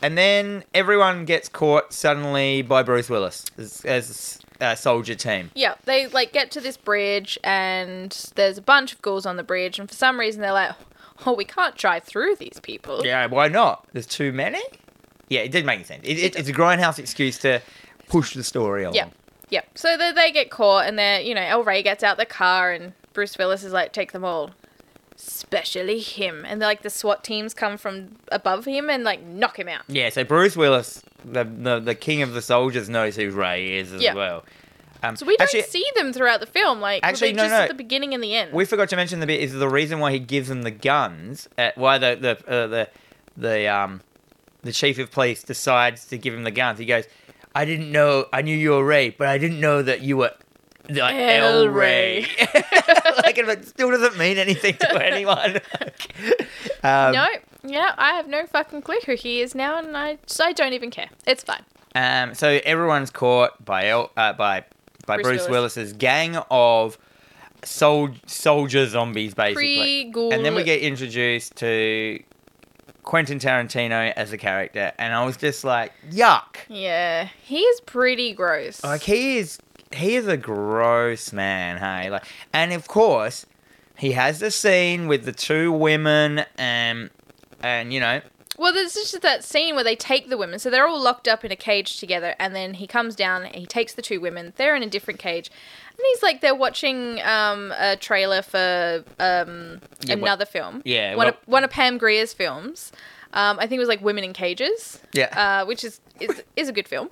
A: And then everyone gets caught suddenly by Bruce Willis as, as a soldier team.
B: Yeah, they like get to this bridge and there's a bunch of ghouls on the bridge and for some reason they're like, "Oh, we can't drive through these people."
A: Yeah, why not? There's too many? Yeah, it did make sense. It, it, it's a grindhouse excuse to push the story along.
B: Yep. Yep. So they, they get caught and they're, you know, El Rey gets out the car and Bruce Willis is like, take them all. Especially him. And like the SWAT teams come from above him and like knock him out.
A: Yeah, so Bruce Willis, the, the, the king of the soldiers, knows who Ray is as
B: Yeah.
A: well. Um,
B: So we don't
A: actually,
B: see them throughout the film. Like,
A: Actually,
B: actually,
A: no,
B: just
A: no.
B: at the beginning and the end.
A: We forgot to mention the bit is the reason why he gives them the guns. Uh, why the the uh, the the um the chief of police decides to give him the guns. He goes, "I didn't know. I knew you were Ray, but I didn't know that you were like El
B: El
A: Ray."
B: Ray."
A: like it still doesn't mean anything to anyone. um,
B: no. Yeah, I have no fucking clue who he is now and I, so I don't even care. It's fine.
A: Um, so everyone's caught by El, uh, by by Bruce,
B: Bruce Willis.
A: Willis's gang of sol- soldier zombies, basically.
B: Pre-ghoul-
A: And then we get introduced to Quentin Tarantino as a character, and I was just like, yuck!
B: Yeah. He is pretty gross.
A: Like he is he is a gross man, hey. Like, and of course, he has the scene with the two women, and and you know,
B: Well, there's just that scene where they take the women. So they're all locked up in a cage together, and then he comes down and he takes the two women. They're in a different cage. And he's like, they're watching um, a trailer for um,
A: Yeah, what-
B: another film.
A: yeah,
B: One,
A: well-
B: of, one of Pam Greer's films. Um, I think it was like Women in Cages,
A: yeah.
B: uh, which is, is is a good film.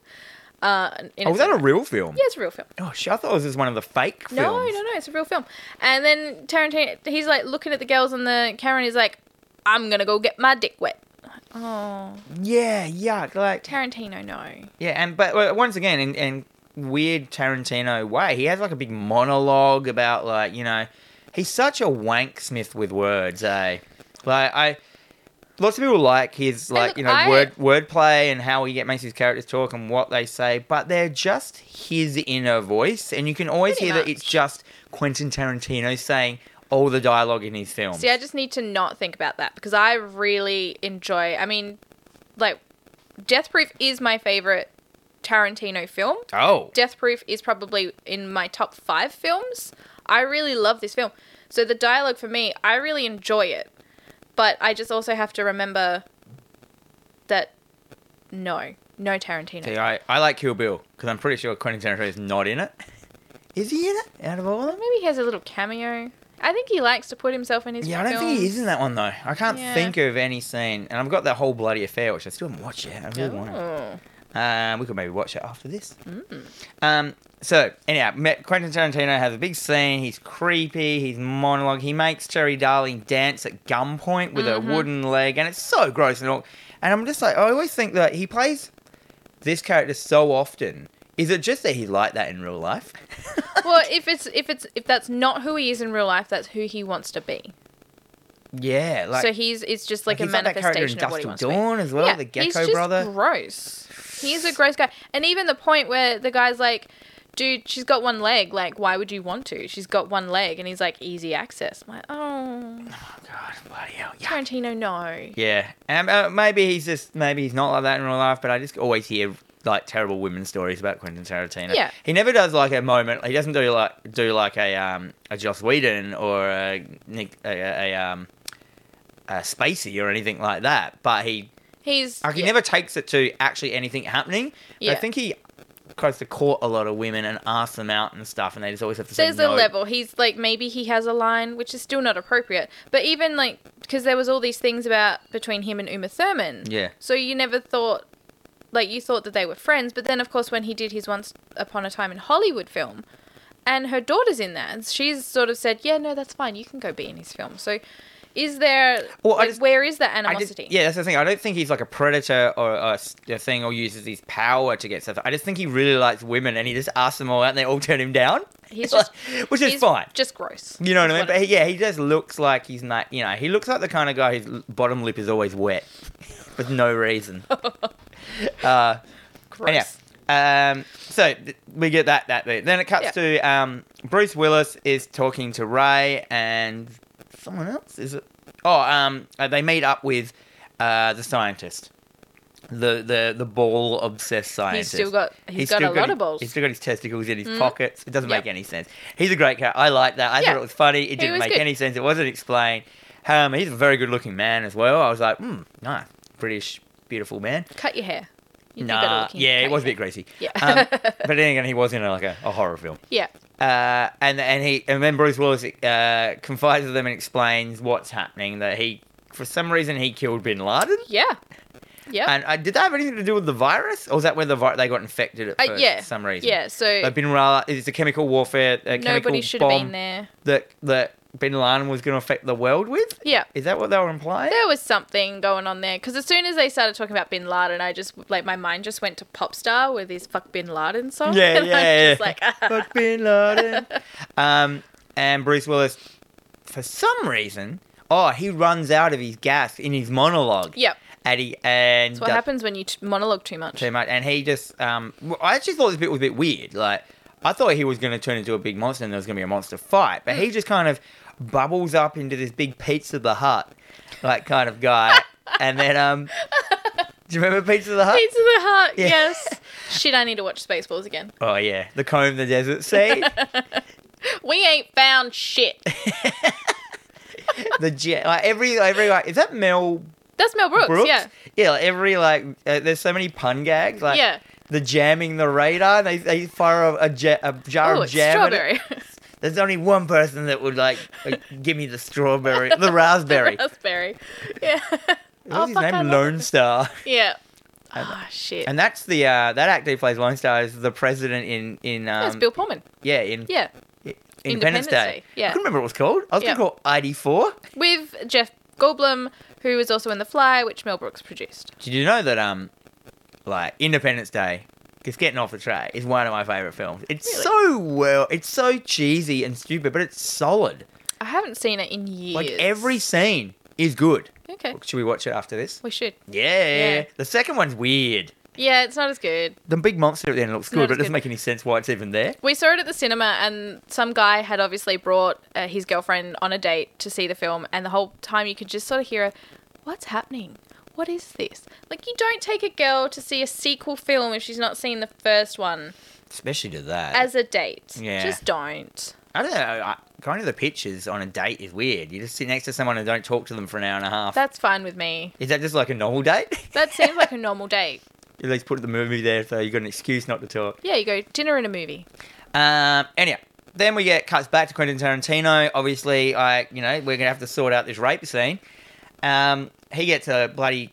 B: Uh, in
A: oh,
B: its
A: was that a
B: own-
A: real film?
B: Yeah, it's a real film.
A: Oh, shit, I thought it was just one of the fake films.
B: No, no, no, it's a real film. And then Tarantino, he's like looking at the girls, and the Karen is like, "I'm gonna go get my dick wet." Oh,
A: Yeah, yuck. Like,
B: Tarantino, no.
A: Yeah, and but uh, once again, in, in weird Tarantino way, he has like a big monologue about like you know, he's such a wanksmith with words, eh? Like I, lots of people like his like
B: look,
A: you know
B: I-
A: word wordplay and how he get, makes his characters talk and what they say, but they're just his inner voice, and you can always
B: Pretty
A: hear that it's
B: much.
A: just Quentin Tarantino saying all the dialogue in his film.
B: See, I just need to not think about that because I really enjoy. I mean, like, Death Proof is my favorite Tarantino film.
A: oh,
B: Death Proof is probably in my top five films. I really love this film. So the dialogue for me, I really enjoy it. But I just also have to remember that no, no Tarantino.
A: see, I, I like Kill Bill because I'm pretty sure Quentin Tarantino is not in it. Is he in it out of all of them?
B: Maybe he has a little cameo. I think he likes to put himself in his
A: Yeah, I don't think he
B: films.
A: is in that one though. I can't
B: Yeah.
A: think of any scene, and I've got that whole bloody affair, which I still haven't watched yet. I really want to.
B: Oh. Mm.
A: Um, we could maybe watch it after this. Um, so anyhow, Ma- Quentin Tarantino has a big scene. He's creepy. He's monologue. He makes Cherry Darling dance at gunpoint with
B: Mm-hmm.
A: a wooden leg, and it's so gross and all. And I'm just like, I always think that he plays this character so often. Is it just that he like that in real life?
B: well, if it's if it's if that's not who he is in real life, that's who he wants to be.
A: yeah, like
B: so he's it's just like, a
A: he's that character in
B: manifestation of what he
A: Dusk
B: wants
A: Till
B: to be.
A: Dawn as well,
B: yeah,
A: the
B: he's
A: Gecko
B: just
A: brother.
B: gross. He's a gross guy, and even the point where the guy's like, "Dude, she's got one leg. Like, why would you want to? She's got one leg." And he's like, "Easy access." I'm like, "Oh,
A: God, bloody hell! Yeah.
B: Tarantino, no."
A: Yeah, and uh, maybe he's just maybe he's not like that in real life, but I just always hear like terrible women stories about Quentin Tarantino.
B: Yeah.
A: he never does like a moment. He doesn't do like do like a um a Joss Whedon or a Nick a, a, a um a Spacey or anything like that. But he
B: He's
A: like, he
B: yeah.
A: never takes it to actually anything happening. But I
B: Yeah.
A: think he tries to court a lot of women and ask them out and stuff, and they just always have to say
B: There's a
A: no.
B: level. He's like maybe he has a line, which is still not appropriate. But even like because there was all these things about between him and Uma Thurman.
A: Yeah.
B: So you never thought, like you thought that they were friends. But then of course when he did his Once Upon a Time in Hollywood film, and her daughter's in that, and she's sort of said, yeah, no, that's fine. You can go be in his film. So. Is there
A: Well, I
B: like,
A: just-
B: where is that
A: I just-
B: animosity?
A: yeah, that's the thing. I don't think he's like a predator or a, s- a thing or uses his power to get stuff. I just think he really likes women and he just asks them all out and they all turn him down.
B: He's just-
A: which is
B: He's
A: fine.
B: Just gross.
A: You know what I
B: is
A: mean?
B: it
A: But he, yeah, he just looks like he's not, you know, he looks like the kind of guy whose l- bottom lip is always wet with no reason. uh,
B: Gross.
A: anyhow, um, so th- we get that, that bit. Then it cuts
B: Yeah.
A: to um, Bruce Willis is talking to Ray and someone else, is it? Oh, um, uh, they meet up with uh, the scientist. the the the ball obsessed scientist.
B: still got- he's got a lot of balls.
A: He's still got his testicles in his pockets. It doesn't
B: Yep.
A: make any sense. He's a great cat. I like that. I
B: Yeah.
A: thought it was funny. It didn't
B: was
A: make
B: good.
A: any sense. It wasn't explained. Um, he's a very good looking man as well. I was like, hmm, nice, British, beautiful man.
B: Cut your hair. You'd be better
A: nah,
B: looking if you
A: yeah, it
B: cut
A: was a
B: your
A: bit greasy.
B: Yeah.
A: um, but then again, he was in like a, a horror film.
B: hair. Yeah.
A: Uh, and and he and then Bruce Willis uh, confides with them and explains what's happening. That he, for some reason, he killed Bin Laden.
B: Yeah. Yeah.
A: And uh, did that have anything to do with the virus, or is that where the vi- they got infected at
B: uh,
A: first
B: yeah.
A: for some reason?
B: Yeah. So
A: Like Bin Laden, it's a chemical warfare, a chemical
B: nobody should have
A: bomb
B: been there.
A: that that Bin Laden was going to affect the world with.
B: Yeah.
A: Is that what they were implying?
B: There was something going on there because as soon as they started talking about Bin Laden, I just like my mind just went to Popstar with his "Fuck Bin Laden" song.
A: Yeah,
B: and I'm
A: yeah,
B: just
A: yeah.
B: like,
A: Fuck Bin Laden. um, and Bruce Willis, for some reason, oh, he runs out of his gas in his monologue.
B: Yep.
A: And he and
B: That's what
A: does-
B: happens when you t- monologue too much.
A: too much. And he just, um, well, I actually thought this bit was a bit weird. Like, I thought he was going to turn into a big monster and there was going to be a monster fight, but
B: Mm.
A: he just kind of bubbles up into this big Pizza the Hut, like kind of guy. and then, um, do you remember Pizza the Hut?
B: Pizza the Hut.
A: Yeah.
B: Yes. Shit, I need to watch Spaceballs again.
A: Oh yeah, the comb the desert sea,
B: We ain't found shit.
A: the jet. Like every every like, is that Mel
B: That's Mel Brooks.
A: Brooks?
B: Yeah.
A: yeah. Like, every like, uh, there's so many pun gags. Like,
B: yeah.
A: The jamming the radar, they, they fire a, a, ja- a jar
B: Oh,
A: of
B: it's
A: jam. at it.
B: strawberry.
A: There's only one person that would like uh, give me the strawberry, the raspberry.
B: Raspberry. Yeah.
A: What's his
B: fuck, I
A: name?
B: love
A: Lone
B: it.
A: Star.
B: Yeah. Ah, shit.
A: And that's the uh, that actor who plays Lone Star is the president in in
B: That's
A: um,
B: Bill Pullman.
A: yeah in
B: Yeah.
A: Independence
B: Independence
A: Day.
B: Day, yeah.
A: I couldn't remember what it was called. I was
B: Yeah.
A: gonna call ID Four.
B: With Jeff Goldblum, who was also in The Fly, which Mel Brooks produced.
A: Did you know that um, like Independence Day, it's getting off the track. Is one of my favorite films. It's
B: Really?
A: so well, it's so cheesy and stupid, but it's solid.
B: I haven't seen it in years.
A: Like every scene is good.
B: Okay.
A: Should we watch it after this?
B: We should.
A: Yeah.
B: Yeah.
A: The second one's weird.
B: Yeah, it's not as good.
A: The big monster at the end looks good,
B: not
A: but it
B: as
A: doesn't
B: good.
A: make any sense why it's even there.
B: We saw it at the cinema, and some guy had obviously brought uh, his girlfriend on a date to see the film, and the whole time you could just sort of hear, a, "What's happening? What is this?" Like you don't take a girl to see a sequel film if she's not seen the first one
A: Especially to that.
B: as a date.
A: Uh, Yeah.
B: Just don't.
A: I don't know. I, going to the pictures on a date is weird. You just sit next to someone and don't talk to them for an hour and a half.
B: That's fine with me.
A: is that just like a normal date?
B: That seems like a normal date.
A: At least put the movie there so you got an excuse not to talk.
B: Yeah, you go dinner and a movie.
A: Um, anyhow, then we get cuts back to Quentin Tarantino. Obviously, I you know we're gonna have to sort out this rape scene. Um, he gets a bloody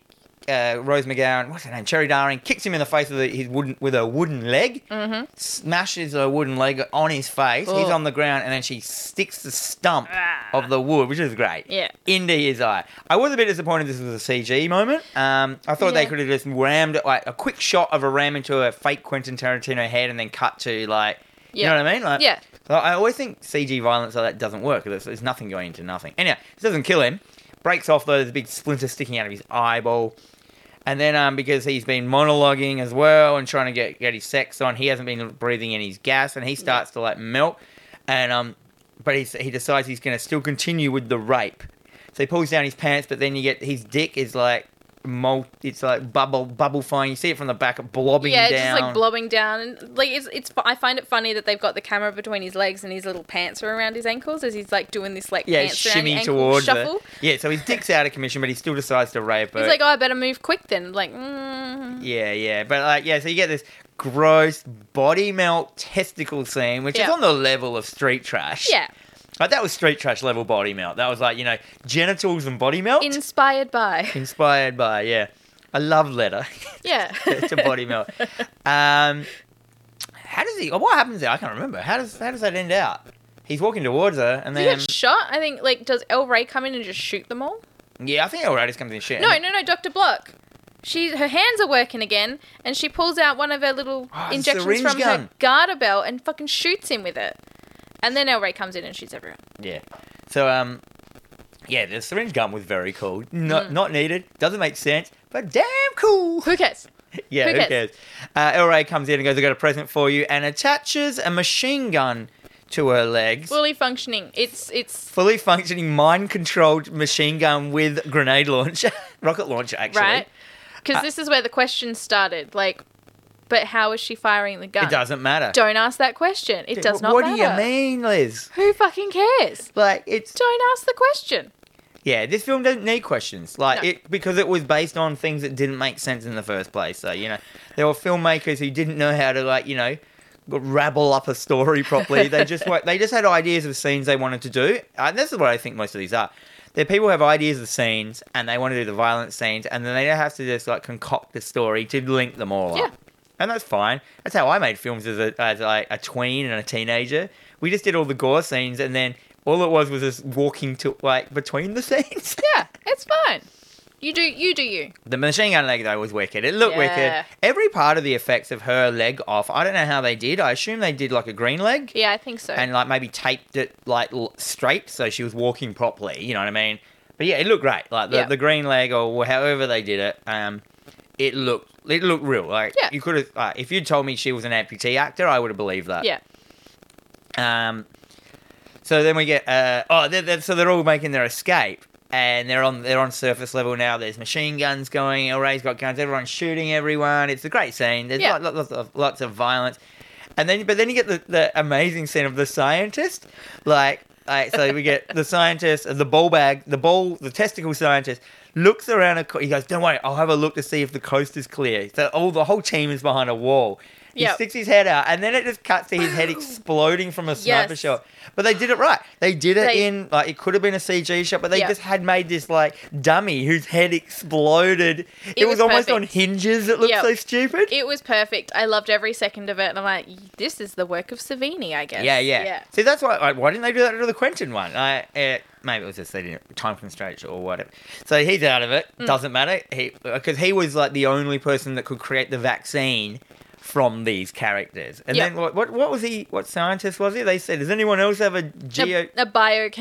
A: uh, Rose McGowan, what's her name, Cherry Darling, kicks him in the face with a, his wooden with a wooden leg,
B: Mhm.
A: smashes a wooden leg on his face. He's
B: Ugh.
A: on the ground, and then she sticks the stump
B: Ah.
A: of the wood, which is great,
B: Yeah.
A: into his eye. I was a bit disappointed this was a CG moment. Um, I thought they
B: Yeah.
A: could have just rammed like a quick shot of a ram into a fake Quentin Tarantino head, and then cut to like. You
B: Yeah.
A: know what I mean? Like,
B: Yeah.
A: so I always think CG violence like that doesn't work. 'cause There's, there's nothing going into nothing. Anyhow, this doesn't kill him. Breaks off though. There's a big splinter sticking out of his eyeball. And then um, because he's been monologuing as well and trying to get, get his sex on, he hasn't been breathing in his gas, and he starts to like melt. And um, but he's, he decides he's going to still continue with the rape. So he pulls down his pants, but then you get his dick is like molt. It's like bubble bubble fine. You see it from the back, blobbing
B: yeah,
A: down.
B: it's just like blobbing down, and like it's it's. fu- I find it funny that they've got the camera between his legs and his little pants are around his ankles as he's like doing this like
A: Yeah,
B: pants around
A: shimmy
B: your ankle
A: towards
B: shuffle.
A: her. Yeah, so his dick's out of commission, but he still decides to rape her.
B: He's like, oh, I better move quick then. Like, mm.
A: yeah, yeah, but like, yeah, so you get this gross body melt testicle scene, which is
B: Yeah.
A: on the level of street trash.
B: yeah,
A: like that was street trash level body melt. That was like you know genitals and body melt
B: inspired by.
A: inspired by yeah a love letter
B: Yeah,
A: to body melt. Um, how does he? oh, What happens there? I can't remember. How does how does that end out? He's walking towards her, and
B: He
A: then
B: got shot. I think like does El Rey come in and just shoot them all?
A: yeah, I think Elratus comes in shit.
B: No, no, no, Doctor Block. She her hands are working again, and she pulls out one of her little
A: Ah,
B: injections
A: syringe
B: from
A: gun.
B: her garter belt and fucking shoots him with it. And then El Rey comes in and shoots everyone.
A: Yeah. So um, yeah, the syringe gun was very cool.
B: Mm.
A: Not not needed. Doesn't make sense, but damn cool.
B: Who cares?
A: yeah,
B: who
A: who cares?
B: cares?
A: Uh, El Rey comes in and goes, "I got a present for you," and attaches a machine gun to her legs.
B: Fully functioning. It's it's
A: Fully functioning, mind-controlled machine gun with grenade launcher, rocket launcher, actually. uh,
B: right because this is where the question started. Like, but how is she firing the gun?
A: It doesn't matter.
B: Don't ask that question. It does not
A: What
B: matter.
A: do you mean, Liz?
B: Who fucking cares?
A: Like it's
B: Don't ask the question.
A: yeah. This film doesn't need questions. Like
B: No.
A: it because it was based on things that didn't make sense in the first place. So you know there were filmmakers who didn't know how to like you know rabble up a story properly. they just wa- they just had ideas of scenes they wanted to do. Uh, this is what I think most of these are. They're people who have ideas of scenes and they want to do the violent scenes and then they don't have to just like concoct a story to link them all
B: Yeah.
A: up. And that's fine. That's how I made films as a as like a tween and a teenager. We just did all the gore scenes, and then all it was was just walking to like between the scenes.
B: Yeah, it's fine. You do you do you.
A: the machine gun leg though was wicked. It looked
B: Yeah.
A: wicked. Every part of the effects of her leg off. I don't know how they did. I assume they did like a green leg
B: Yeah, I think so.
A: and like maybe taped it like l- straight so she was walking properly. You know what I mean? But yeah, it looked great. Like the,
B: Yeah.
A: the green leg or wh- however they did it, um, it looked it looked real. Like
B: Yeah.
A: you could have uh, if you'd told me she was an amputee actor, I would have believed that.
B: yeah.
A: Um, so then we get uh, oh, they're, they're, so they're all making their escape, and they're on they're on surface level now. There's machine guns going. Elray's got guns. Everyone's shooting everyone. It's a great scene. There's
B: Yeah.
A: lot- lot- lots, of lots of violence, and then but then you get the, the amazing scene of the scientist, like. Like, so we get the scientist, the ball bag, the ball, the testicle scientist looks around. A co- he goes, "Don't worry, I'll have a look to see if the coast is clear." So all the whole team is behind a wall. He
B: Yep.
A: sticks his head out, and then it just cuts to his head exploding from a sniper
B: Yes.
A: shot. But they did it right. They did it
B: They-
A: in like it could have been a CG shot, but they
B: Yeah.
A: just had made this like dummy whose head exploded. It, was,
B: was
A: almost on
B: perfect.
A: hinges. It looked
B: Yeah.
A: so stupid.
B: It was perfect. I loved every second of it and I'm like, this is the work of Savini, I guess.
A: yeah, yeah,
B: Yeah.
A: See, that's why. Like, why didn't they do that to the Quentin one? I, uh, maybe it was just they didn't time constraints or whatever. So he's out of it.
B: Mm.
A: Doesn't matter. He because he was like the only person that could create the vaccine from these characters. And
B: Yeah.
A: then what, what? What was he? What scientist was he? They said, does anyone else have a geo?
B: a, a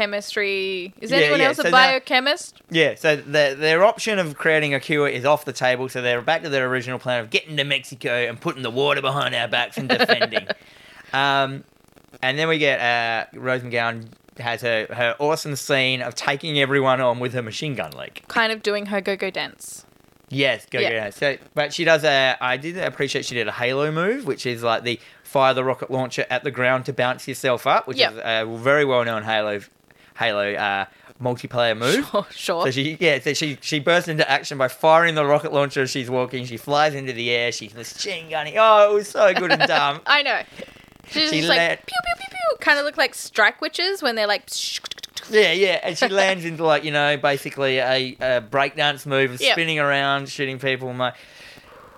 B: biochemistry. Is
A: Yeah,
B: anyone
A: yeah,
B: else
A: so
B: a
A: now-
B: biochemist?
A: Yeah, so the, their option of creating a cure is off the table, so they're back to their original plan of getting to Mexico and putting the water behind our backs and defending. um, and then we get uh, Rose McGowan has her, her awesome scene of taking everyone on with her machine gun leg.
B: kind of doing her go-go dance.
A: Yes, go
B: Yeah.
A: yeah. So, but she does a. I did appreciate she did a halo move, which is like the fire the rocket launcher at the ground to bounce yourself up, which
B: Yep.
A: is a very well known Halo, Halo uh, multiplayer move.
B: Sure, sure.
A: So she, yeah, so she she bursts into action by firing the rocket launcher as she's walking. She flies into the air. She's machine gunning. Oh, it was so good and dumb.
B: I know. She's
A: She
B: just
A: let-
B: like pew pew pew pew. Kind of look like strike witches when they're like. psh,
A: yeah, yeah, and she lands into like you know basically a, a breakdance move of
B: Yep.
A: spinning around, shooting people. I'm like,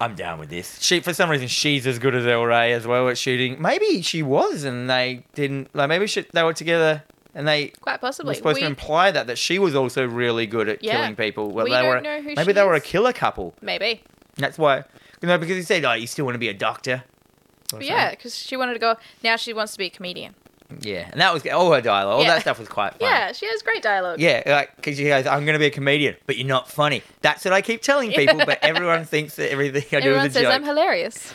A: I'm down with this. She for some reason she's as good as El Rey as well at shooting. Maybe she was, and they didn't like maybe she, they were together. And they
B: Quite
A: were
B: possibly.
A: supposed
B: We-
A: to imply that that she was also really good at
B: Yeah.
A: killing people. Well,
B: We
A: they
B: don't
A: were
B: know who
A: maybe
B: she
A: they were a
B: is.
A: killer couple.
B: maybe.
A: That's why. You know, because he said, "Oh, you still want to be a doctor." or
B: But yeah, because she wanted to go. Now she wants to be a comedian.
A: something. Yeah, and that was all her dialogue. All
B: Yeah.
A: that stuff was quite funny.
B: Yeah, she has great dialogue.
A: Yeah, like because she goes, "I'm going to be a comedian, but you're not funny." That's what I keep telling people, but everyone thinks that everything I do
B: Everyone
A: is a
B: says
A: joke.
B: I'm hilarious.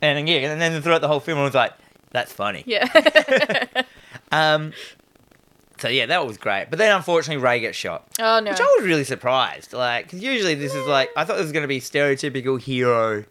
A: and then, yeah, and then throughout the whole film, I was like, "That's funny."
B: Yeah. Oh,
A: Um, so yeah, that was great. But then unfortunately, Ray gets shot,
B: oh no.
A: which I was really surprised. Like, because usually this is like I thought this was going to be stereotypical hero,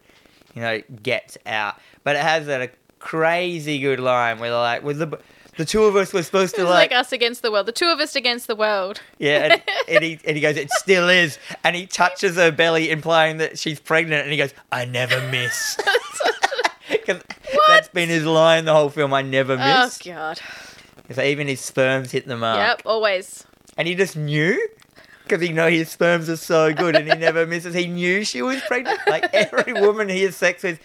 A: you know, gets out, but it has that a crazy good line where they're like, "With the the two of us were supposed
B: This
A: to
B: is
A: like
B: like us against the world. The two of us against the world.
A: Yeah, and, and, he, and he goes, it still is. And he touches her belly, implying that she's pregnant. And he goes, I never miss. 'Cause That's been his line the whole film. I never
B: oh
A: miss.
B: god.
A: So even his sperms hit the mark.
B: Yep. Always.
A: And he just knew because he know his sperms are so good and he never misses. He knew she was pregnant. Like every woman he has sex with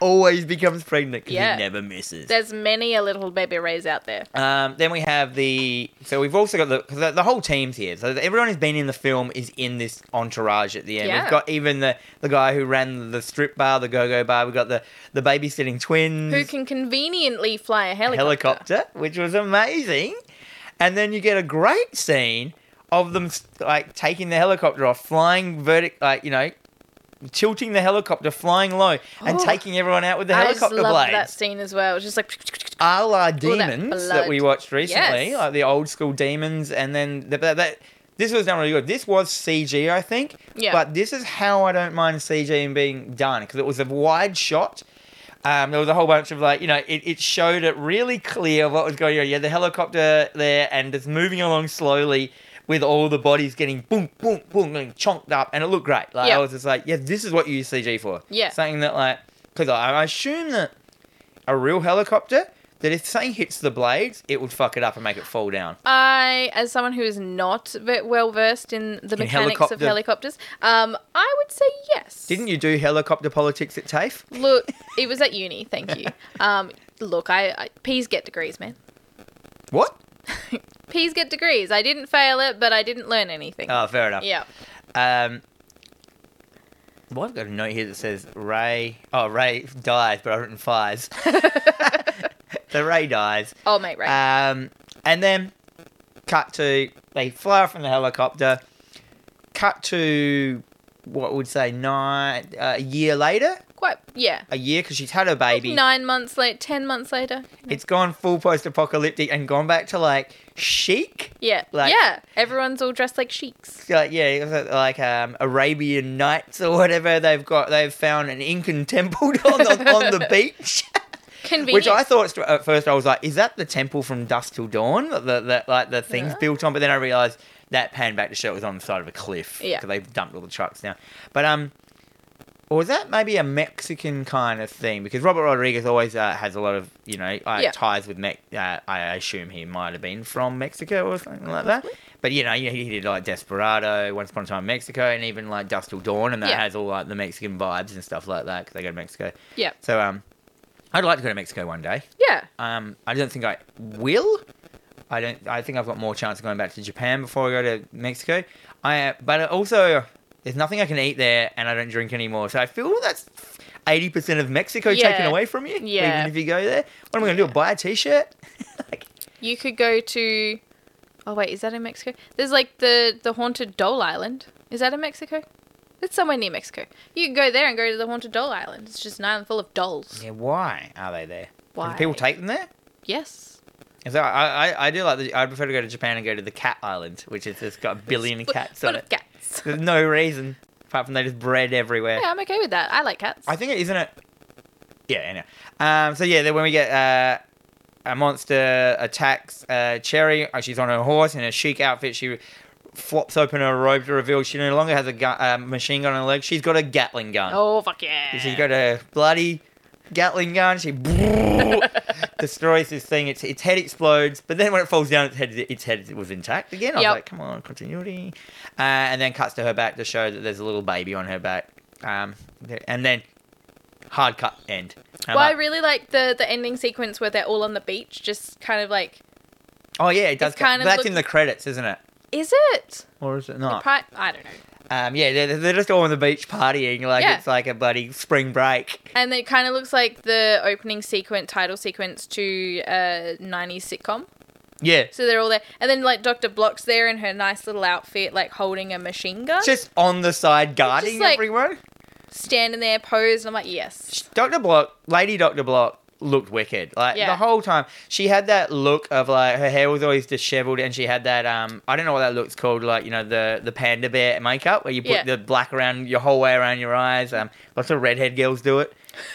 A: always becomes pregnant because
B: Yeah.
A: he never misses.
B: There's many a little baby rays out there.
A: Um, then we have the so we've also got the 'cause the, the whole team's here. So everyone who's been in the film is in this entourage at the end. We've
B: Yeah.
A: got even the the guy who ran the strip bar, the go go bar. We've got the the babysitting twins,
B: Who can conveniently fly a helicopter?
A: helicopter, which was amazing. And then you get a great scene of them like taking the helicopter off, flying vertic, like you know, tilting the helicopter, flying low, and
B: Oh.
A: taking everyone out with the
B: I just
A: helicopter
B: loved
A: blades
B: that scene as well. It was just like.
A: a la
B: that
A: demons that, we
B: blood.
A: watched recently,
B: Yes.
A: like the old school demons, and then the, that, that This was done really good. This was CG, I think.
B: Yeah.
A: But this is how I don't mind CG and being done because it was a wide shot. Um, there was a whole bunch of like, you know, it, it showed it really clear what was going on. You had the helicopter there and it's moving along slowly with all the bodies getting boom, boom, boom, and chonked up, and it looked great. Like
B: Yeah.
A: I was just like, yeah, this is what you use CG for.
B: Yeah.
A: Something that like, because I, I assume that a real helicopter. That if something hits the blades, it would fuck it up and make it fall down.
B: I, as someone who is not ve- well versed in the
A: In
B: mechanics of
A: helicopter-
B: helicopters, um, I would say yes.
A: Didn't you do helicopter politics at TAFE?
B: Look, it was at uni. Thank you. Um, look, I, I P's get degrees, man.
A: What?
B: P's get degrees. I didn't fail it, but I didn't learn anything.
A: Oh, fair enough.
B: yeah.
A: Um, well, I've got a note here that says Ray. Oh, Ray dies, but I've written fives. so Ray dies.
B: Oh, mate, right.
A: Um, and then cut to they fly off from the helicopter. Cut to what would say nine uh, a year later,
B: Quite. Yeah.
A: a year because she's had her baby.
B: Nine months late. Ten months later.
A: It's gone full post-apocalyptic and gone back to like chic.
B: Yeah.
A: like-
B: yeah. Everyone's all dressed like sheiks.
A: like yeah, it was like um, Arabian Nights or whatever. They've got they've found an Incan temple on the, on the beach,
B: Convenient.
A: which I thought st- at first I was like, is that the temple from Dusk Till Dawn? The, the, like the things
B: Yeah.
A: built on, but then I realised that pan back to show it was on the side of a cliff
B: Yeah.
A: because they've dumped all the trucks down. But um. Or was that maybe a Mexican kind of thing? Because Robert Rodriguez always uh, has a lot of, you know, uh,
B: Yeah.
A: ties with Mex. Uh, I assume he might have been from Mexico or something like that. But you know, you- he did like Desperado, Once Upon a Time in Mexico, and even like Dust Till Dawn, and that
B: Yeah.
A: has all like the Mexican vibes and stuff like that because they go to Mexico.
B: Yeah.
A: So um, I'd like to go to Mexico one day.
B: Yeah.
A: Um, I don't think I will. I don't. I think I've got more chance of going back to Japan before I go to Mexico. I uh, but also there's nothing I can eat there, and I don't drink anymore. So I feel that's eighty percent of Mexico taken
B: Yeah.
A: away from you.
B: Yeah.
A: Even if you go there, what am I going to do?
B: Yeah.
A: Buy a t-shirt? like,
B: You could go to. Oh wait, is that in Mexico? There's like the the haunted Dole Island. Is that in Mexico? It's somewhere near Mexico. You can go there and go to the haunted Dole Island. It's just an island full of dolls.
A: yeah. Why are they there?
B: Why?
A: Do people take them there?
B: Yes.
A: So I, I, I do like the. I prefer to go to Japan and go to the Cat Island, which is it's got a billion
B: Full-
A: cats
B: full
A: on
B: of
A: it.
B: cats.
A: There's no reason apart from they just bred everywhere.
B: Yeah, I'm okay with that. I like cats.
A: I think it isn't it. Yeah. Anyway. Um. So yeah, then when we get uh, a monster attacks uh, Cherry, uh, she's on her horse in a chic outfit. She flops open her robe to reveal she no longer has a gun, uh, machine gun on her leg. She's got a Gatling gun.
B: oh fuck yeah.
A: She's got a bloody Gatling gun. She destroys this thing. Its its head explodes, but then when it falls down, its head its head was intact again. I was
B: Yep.
A: like, come on, continuity. Uh, and then cuts to her back to show that there's a little baby on her back. Um, th- and then hard cut end. I'm
B: well, I
A: like,
B: really like the the ending sequence where they're all on the beach, just kind of like.
A: oh yeah, it does.
B: it's
A: cut-
B: kind of
A: that's
B: look-
A: in the credits, isn't it?
B: Is it?
A: Or is it
B: The
A: not?
B: pri- I don't know.
A: Um, yeah, they're, they're just all on the beach partying like
B: Yeah.
A: it's like a bloody spring break.
B: And it kind of looks like the opening sequence, title sequence to a '90s sitcom.
A: Yeah,
B: So they're all there, and then like Doctor Block's there in her nice little outfit, like holding a machine gun,
A: just on the side guarding
B: like-
A: everyone.
B: standing there posed. I'm like, yes,
A: Dr. Block, Lady Dr. Block looked wicked. Like
B: Yeah.
A: the whole time. She had that look of like her hair was always disheveled and she had that um I don't know what that look's called, like, you know, the the panda bear makeup where you put
B: Yeah.
A: the black around your whole way around your eyes. Um lots of redhead girls do it.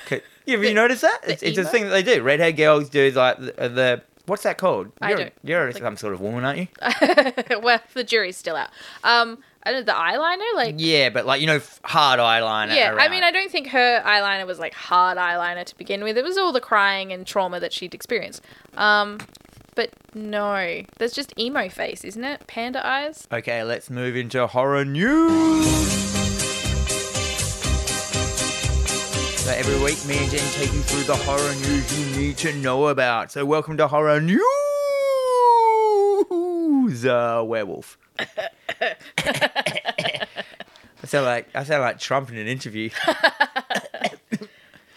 A: C- Have you noticed that? It's, it's a
B: emo?
A: thing that they do. Redhead girls do like the, uh, the what's that called?
B: I
A: You're,
B: don't-
A: you're
B: like-
A: some sort of woman, aren't you?
B: well, the jury's still out. Um, I don't know, the eyeliner, like,
A: yeah, but like you know, f- hard eyeliner.
B: yeah. I
A: around.
B: mean, I don't think her eyeliner was like hard eyeliner to begin with. It was all the crying and trauma that she'd experienced. Um, but no, that's just emo face, isn't it? Panda eyes.
A: Okay, let's move into horror news. So every week, me and Jen take you through the horror news you need to know about. So welcome to horror news, uh, werewolf. I sound like I sound like Trump in an interview.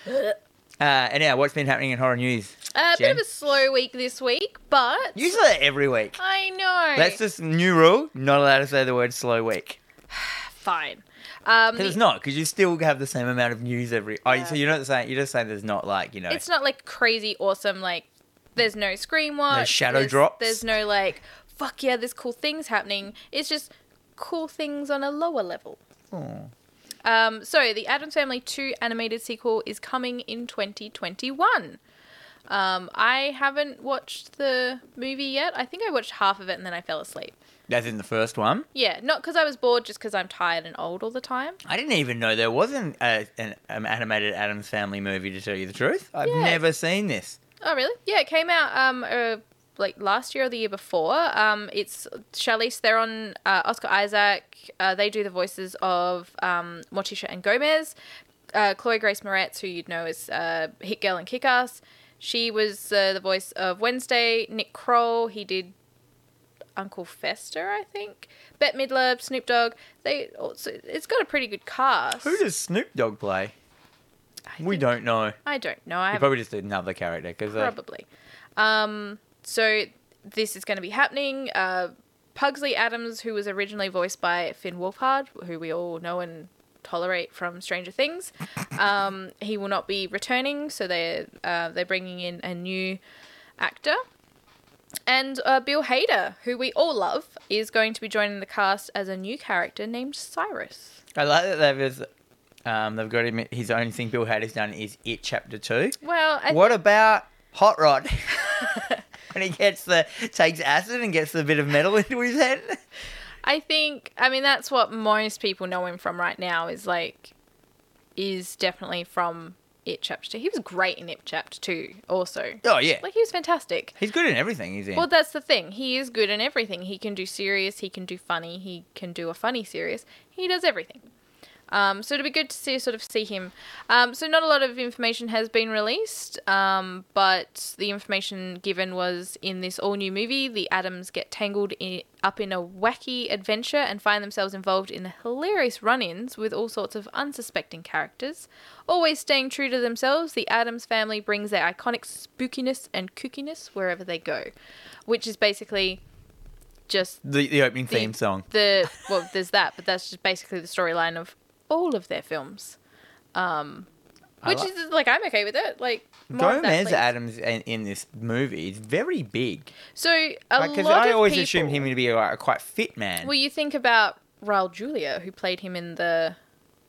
A: uh, anyhow, what's been happening in horror news?
B: A bit
A: Jen?
B: of a slow week this week, but
A: You say that every week.
B: I know.
A: That's just new rule. Not allowed to say the word slow week.
B: fine. Um,
A: Because it's
B: the-
A: not, because you still have the same amount of news every. Oh,
B: Yeah.
A: so you're not saying you're just saying there's not like you know.
B: it's not like crazy awesome like there's no scream watch
A: shadow
B: there's,
A: drops.
B: there's no like fuck yeah, there's cool things happening. It's just cool things on a lower level.
A: Oh.
B: Um, so the Adams Family 2 animated sequel is coming in 2021. Um, I haven't watched the movie yet. I think I watched half of it and then I fell asleep.
A: That's in the first one.
B: Yeah, not because I was bored, just because I'm tired and old all the time.
A: I didn't even know there was an, uh, an um, animated Adams Family movie, to tell you the truth. I've
B: Yeah.
A: never seen this.
B: Oh, really? Yeah, it came out um uh, like last year or the year before. Um, it's Charlize Theron, uh, Oscar Isaac. Uh, they do the voices of um, Morticia and Gomez. Uh, Chloe Grace Moretz, who you'd know as uh, Hit Girl and Kick Ass, she was uh, the voice of Wednesday. Nick Kroll, he did Uncle Fester, I think. Bette Midler, Snoop Dogg. They also, it's got a pretty good cast.
A: Who does Snoop Dogg play?
B: I
A: We
B: think-
A: don't know.
B: I don't know. I
A: He
B: haven't
A: probably just did another character uh, because
B: Probably. Um, so this is going to be happening. Uh, Pugsley Adams, who was originally voiced by Finn Wolfhard, who we all know and tolerate from Stranger Things, um, he will not be returning. So they uh, they're bringing in a new actor. And uh, Bill Hader, who we all love, is going to be joining the cast as a new character named Cyrus.
A: I like that they've just, um, they've got him. His only thing Bill Hader's done is It Chapter Two.
B: Well, I
A: What about Hot Rod? when he gets the takes acid and gets the bit of metal into his head.
B: I think I mean that's what most people know him from right now is like is definitely from It Chapter Two. He was great in It Chapter Two also.
A: Oh yeah,
B: Like he was fantastic.
A: he's good in everything he's in.
B: Well that's the thing. He is good in everything. He can do serious, he can do funny, he can do a funny serious. He does everything. Um, so it'll be good to see sort of see him. Um, so not a lot of information has been released, um, but the information given was in this all new movie, the Adams get tangled in, up in a wacky adventure and find themselves involved in hilarious run-ins with all sorts of unsuspecting characters. Always staying true to themselves, the Adams family brings their iconic spookiness and kookiness wherever they go, which is basically just
A: the the opening
B: the-
A: theme song.
B: The well, there's that, but that's just basically the storyline of all of their films. Um,
A: I
B: Which
A: like-
B: is like I'm okay with it. Like more of that,
A: Gomez
B: please.
A: Adams in, in this movie is very big.
B: So a
A: Because
B: lot
A: I
B: of
A: always
B: people,
A: assumed him to be like, a quite fit man.
B: Well, you think about Raul Julia, who played him in the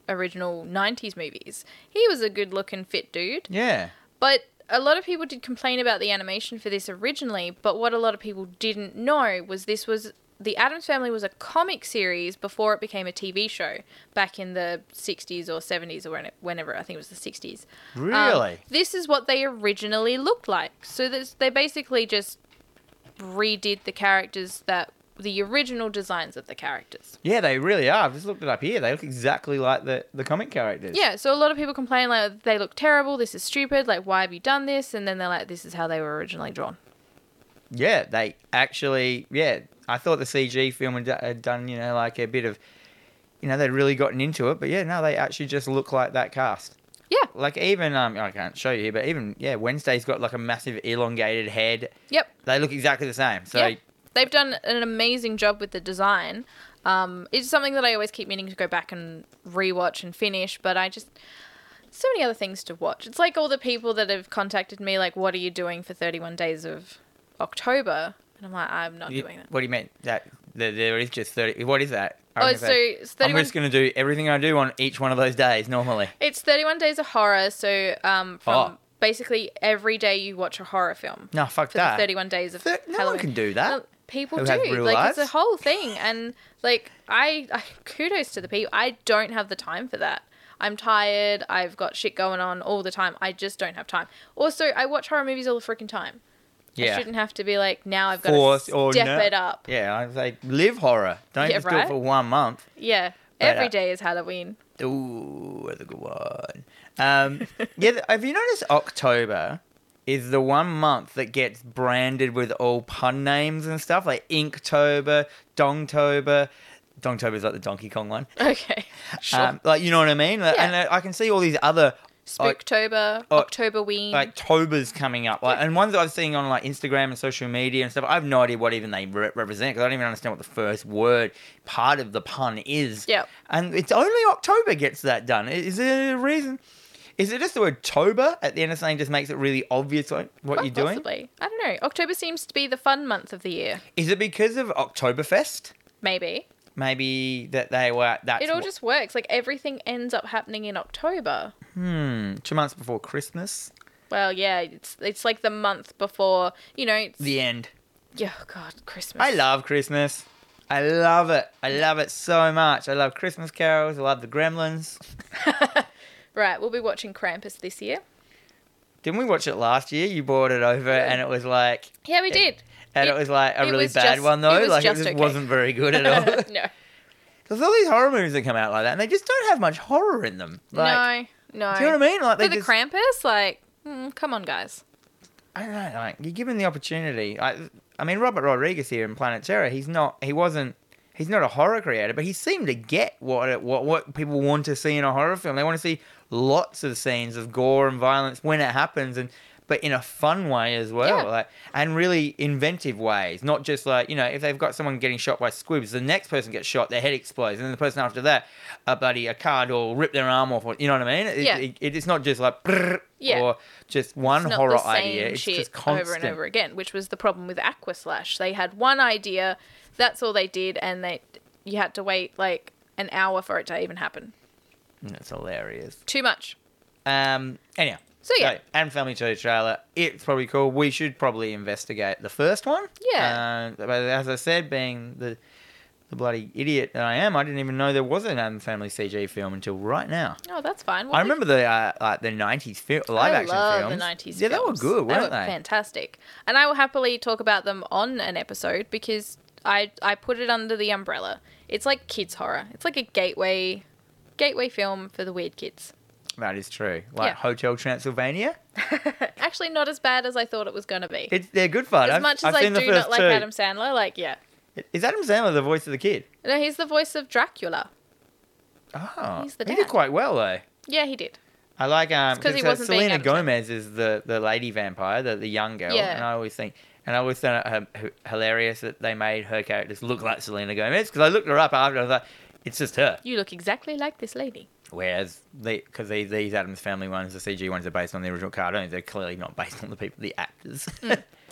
B: original '90s movies. He was a good-looking, fit dude.
A: yeah.
B: But a lot of people did complain about the animation for this originally, but what a lot of people didn't know was this was the Adams Family was a comic series before it became a TV show back in the 60s or 70s or when it- whenever I think it was the 60s.
A: Really?
B: Um, this is what they originally looked like. So this, they basically just redid the characters that the original designs of the characters.
A: yeah, they really are. I've just looked it up here. They look exactly like the, the comic characters.
B: Yeah, so a lot of people complain like they look terrible, this is stupid, like why have you done this? And then they're like this is how they were originally drawn.
A: Yeah, they actually, yeah. I thought the CG film had, had done, you know, like a bit of, you know, they'd really gotten into it. But yeah, no, they actually just look like that cast.
B: Yeah.
A: Like even, um, I can't show you here, but even, yeah, Wednesday's got like a massive elongated head.
B: Yep.
A: They look exactly the same. So,
B: yeah. They've done an amazing job with the design. Um, it's something that I always keep meaning to go back and rewatch and finish, but I just so many other things to watch. It's like all the people that have contacted me, like, "What are you doing for 31 days of October?" And I'm like, "I'm not
A: you-
B: doing that."
A: what do you mean? That, that there is just 30, what is that? I
B: Oh,
A: was
B: so
A: gonna say,
B: it's
A: I'm
B: 31.
A: just going to do everything I do on each one of those days normally.
B: It's 31 days of horror, so um, from
A: Oh.
B: basically every day you watch a horror film
A: No, fuck
B: for
A: that.
B: the 31 days of
A: Thir- no one
B: Halloween.
A: can do that.
B: No, people
A: Who
B: do.
A: have Ah, real
B: like it's
A: lives.
B: a whole thing, and like I, I, kudos to the people. I don't have the time for that. I'm tired. I've got shit going on all the time. I just don't have time. Also, I watch horror movies all the freaking time. I
A: yeah.
B: shouldn't have to be like now I've got
A: Force
B: to
A: or
B: step
A: no-
B: it up.
A: Yeah, I say live horror. Don't
B: Yeah,
A: just do
B: right?
A: it for one month.
B: Yeah,
A: But,
B: every day
A: uh,
B: is Halloween.
A: Ooh, that's a good one. Um, yeah, th- have you noticed October is the one month that gets branded with all pun names and stuff like Inktober, Dongtober. Dongtober is like the Donkey Kong one.
B: Okay, sure.
A: Um, like you know what I mean? Like,
B: Yeah.
A: And uh, I, I can see all these other like,
B: Spooktober,
A: oh,
B: Octoberween.
A: like tobers coming up, like and ones that I've seen on like Instagram and social media and stuff. I have no idea what even they re- represent because I don't even understand what the first word part of the pun is.
B: Yep.
A: And it's only October gets that done. I- Is there a reason? Is it just the word Toba at the end of something just makes it really obvious like, what
B: Well,
A: you're doing?
B: Possibly. I don't know. October seems to be the fun month of the year.
A: Is it because of Oktoberfest?
B: Maybe. Maybe
A: that they were that's
B: it all
A: what-
B: just works. Like everything ends up happening in October.
A: hmm, two months before Christmas.
B: Well, yeah, it's it's like the month before, you know, it's
A: The end.
B: yeah, oh god, Christmas.
A: I love Christmas. I love it. I love it so much. I love Christmas carols. I love the Gremlins.
B: Right, we'll be watching Krampus this year.
A: Didn't we watch it last year? You brought it over, and it was like,
B: Yeah, we did.
A: and it,
B: It-
A: was like a
B: it
A: really
B: was
A: bad
B: just-
A: one though.
B: it was
A: like it
B: just
A: just
B: okay.
A: wasn't very good at all.
B: no.
A: Because all these horror movies that come out like that, and they just don't have much horror in them. Like,
B: no, no.
A: do you know what I mean? Like they
B: For the
A: just,
B: Krampus, like, mm, come on, guys.
A: I don't know. Like you're given the opportunity. I, I mean, Robert Rodriguez here in Planet Terror. He's not. He wasn't. He's not a horror creator, but he seemed to get what it, what what people want to see in a horror film. They want to see lots of scenes of gore and violence when it happens, and but in a fun way as well,
B: Yeah.
A: like and really inventive ways. Not just like you know, if they've got someone getting shot by squibs, the next person gets shot, their head explodes, and then the person after that, a bloody a car door rip their arm off. Or, you know what I mean? It-
B: Yeah.
A: it- it- it's not just like brrr,
B: Yeah.
A: or just one
B: It's not
A: horror
B: the same
A: idea. It's
B: shit
A: just constant.
B: over and over again, which was the problem with Aqua Slash. They had one idea, that's all they did, and they you had to wait like an hour for it to even happen.
A: And Mm, It's hilarious.
B: Too much.
A: Um. Anyhow.
B: So, yeah.
A: and Family Two trailer. It's probably cool. We should probably investigate the first one.
B: Yeah.
A: Uh, but as I said, being the the bloody idiot that I am, I didn't even know there was an Adam Family CG film until right now.
B: Oh, that's fine. We'll
A: I
B: be
A: remember the uh, like the nineties fil- live action
B: love
A: films.
B: The 90s
A: yeah, they were
B: films.
A: good,
B: They
A: weren't
B: were
A: they?
B: Fantastic. And I will happily talk about them on an episode because I I put it under the umbrella. It's like kids horror. It's like a gateway gateway film for the weird kids.
A: That is true. Like
B: Yeah.
A: Hotel Transylvania.
B: Actually, not as bad as I thought it was gonna be.
A: It's they're good fun.
B: as
A: I've,
B: much
A: I've
B: as I
A: seen the
B: do
A: first
B: not like
A: two.
B: Adam Sandler, like yeah.
A: Is Adam Sandler the voice of the kid?
B: No, he's the voice of Dracula.
A: Oh,
B: He's the
A: he did
B: dad.
A: quite well though.
B: Yeah, he did.
A: I like um
B: 'cause he
A: so
B: wasn't being
A: Selena
B: Adam Sandler.
A: Gomez is the, the lady vampire, the, the young girl,
B: Yeah.
A: and I always think and I always found it h- h- hilarious that they made her characters look like Selena Gomez because I looked her up after I was like, it's just her.
B: You look exactly like this lady.
A: Whereas because these these Adams Family ones, the CG ones are based on the original cartoons, they're clearly not based on the people, the actors.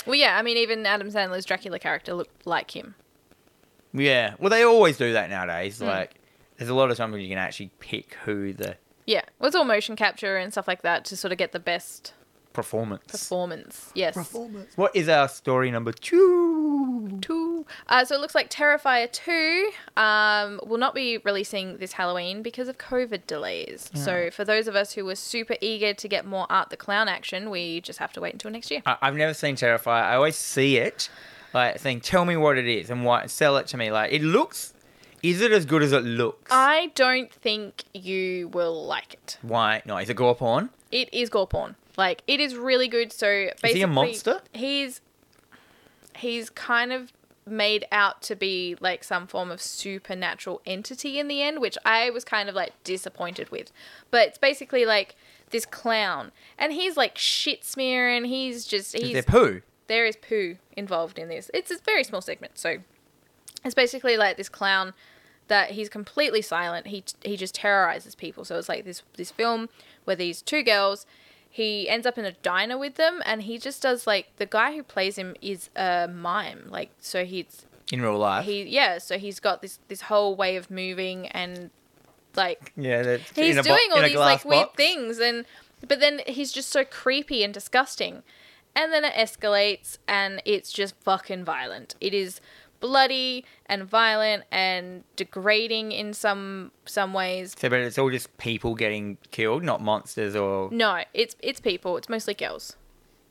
B: Well, yeah, I mean, even Adam Sandler's Dracula character looked like him.
A: yeah, well they always do that
B: Mm.
A: nowadays. Like there's a lot of times when you can actually pick who the
B: Yeah, well, it's all motion capture and stuff like that to sort of get the best
A: performance.
B: performance. Yes.
A: performance. What is our story number two?
B: Two. Uh, so it looks like Terrifier 2 um, will not be releasing this Halloween because of COVID delays. So, for those of us who were super eager to get more Art the Clown action, we just have to wait until next year.
A: I, I've never seen Terrifier. I always see it, like saying, "Tell me what it is and why sell it to me." Like it looks. Is it as good as it looks?
B: I don't think you will like it.
A: why not? Is it gore porn?
B: It is gore porn. Like, it is really good. So, basically,
A: he a monster?
B: He's, he's kind of made out to be like some form of supernatural entity in the end, which I was kind of like disappointed with. But it's basically like this clown, and he's like shit smearing. He's just
A: Is
B: he's
A: there poo?
B: there is poo involved in this. It's a very small segment, so it's basically like this clown that he's completely silent. He he just terrorizes people. So it's like this this film where these two girls, he ends up in a diner with them, and he just does like the guy who plays him is a mime. Like so he's
A: in real life?
B: he yeah so he's got this this whole way of moving and like
A: yeah, that's
B: he's
A: in a bo-
B: doing all
A: in a
B: these
A: glass
B: like weird
A: box.
B: things and but then he's just so creepy and disgusting and then it escalates and it's just fucking violent it is bloody and violent and degrading in some some ways
A: So, but it's all just people getting killed, not monsters or
B: no it's it's people it's mostly girls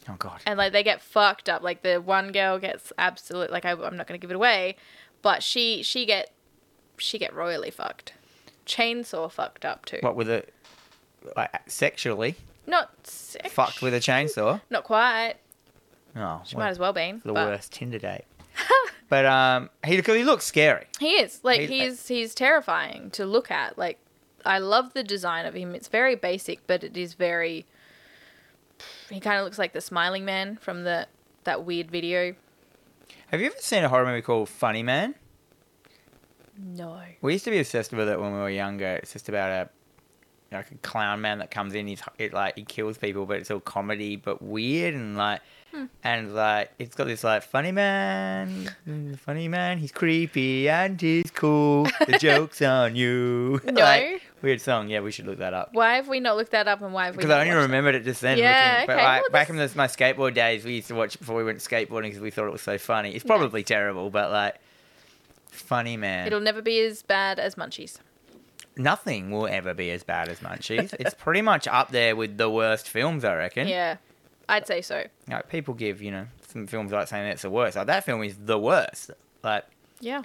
A: oh god.
B: and like they get fucked up like the one girl gets absolute like I, i'm not gonna give it away but she she get she get royally fucked chainsaw fucked up too
A: What with it? Like sexually
B: not sex
A: fucked with a chainsaw.
B: not quite
A: Oh,
B: she
A: what
B: might as well been
A: the
B: but
A: worst Tinder date. but um, he because he looks scary.
B: he is like
A: He's-
B: he's he's terrifying to look at like i love the design of him it's very basic but it is very he kind of looks like the smiling man from the that weird video
A: Have you ever seen a horror movie called Funny Man?
B: no
A: We used to be obsessed with it when we were younger. It's just about a you know, like a clown man that comes in. He's it like he kills people, but it's all comedy, but weird and like
B: Hmm.
A: and like it's got this like funny man, mm, funny man. He's creepy and he's cool. The joke's on you.
B: No.
A: Like, weird song. Yeah, we should look that up.
B: Why have we not looked that up and why have we
A: Because
B: not
A: I only
B: watched it?
A: remembered it just then.
B: Yeah,
A: looking, but
B: okay,
A: like,
B: well,
A: back in
B: this-
A: those, my skateboard days, we used to watch it before we went skateboarding because we thought it was so funny. It's probably terrible, but like, funny man.
B: It'll never be as bad as Munchies.
A: Nothing will ever be as bad as Munchies. it's pretty much up there with the worst films, I reckon.
B: Yeah. I'd say so.
A: Like, people give, you know, some films like saying that's the worst. Like, that film is the worst. Like,
B: Yeah.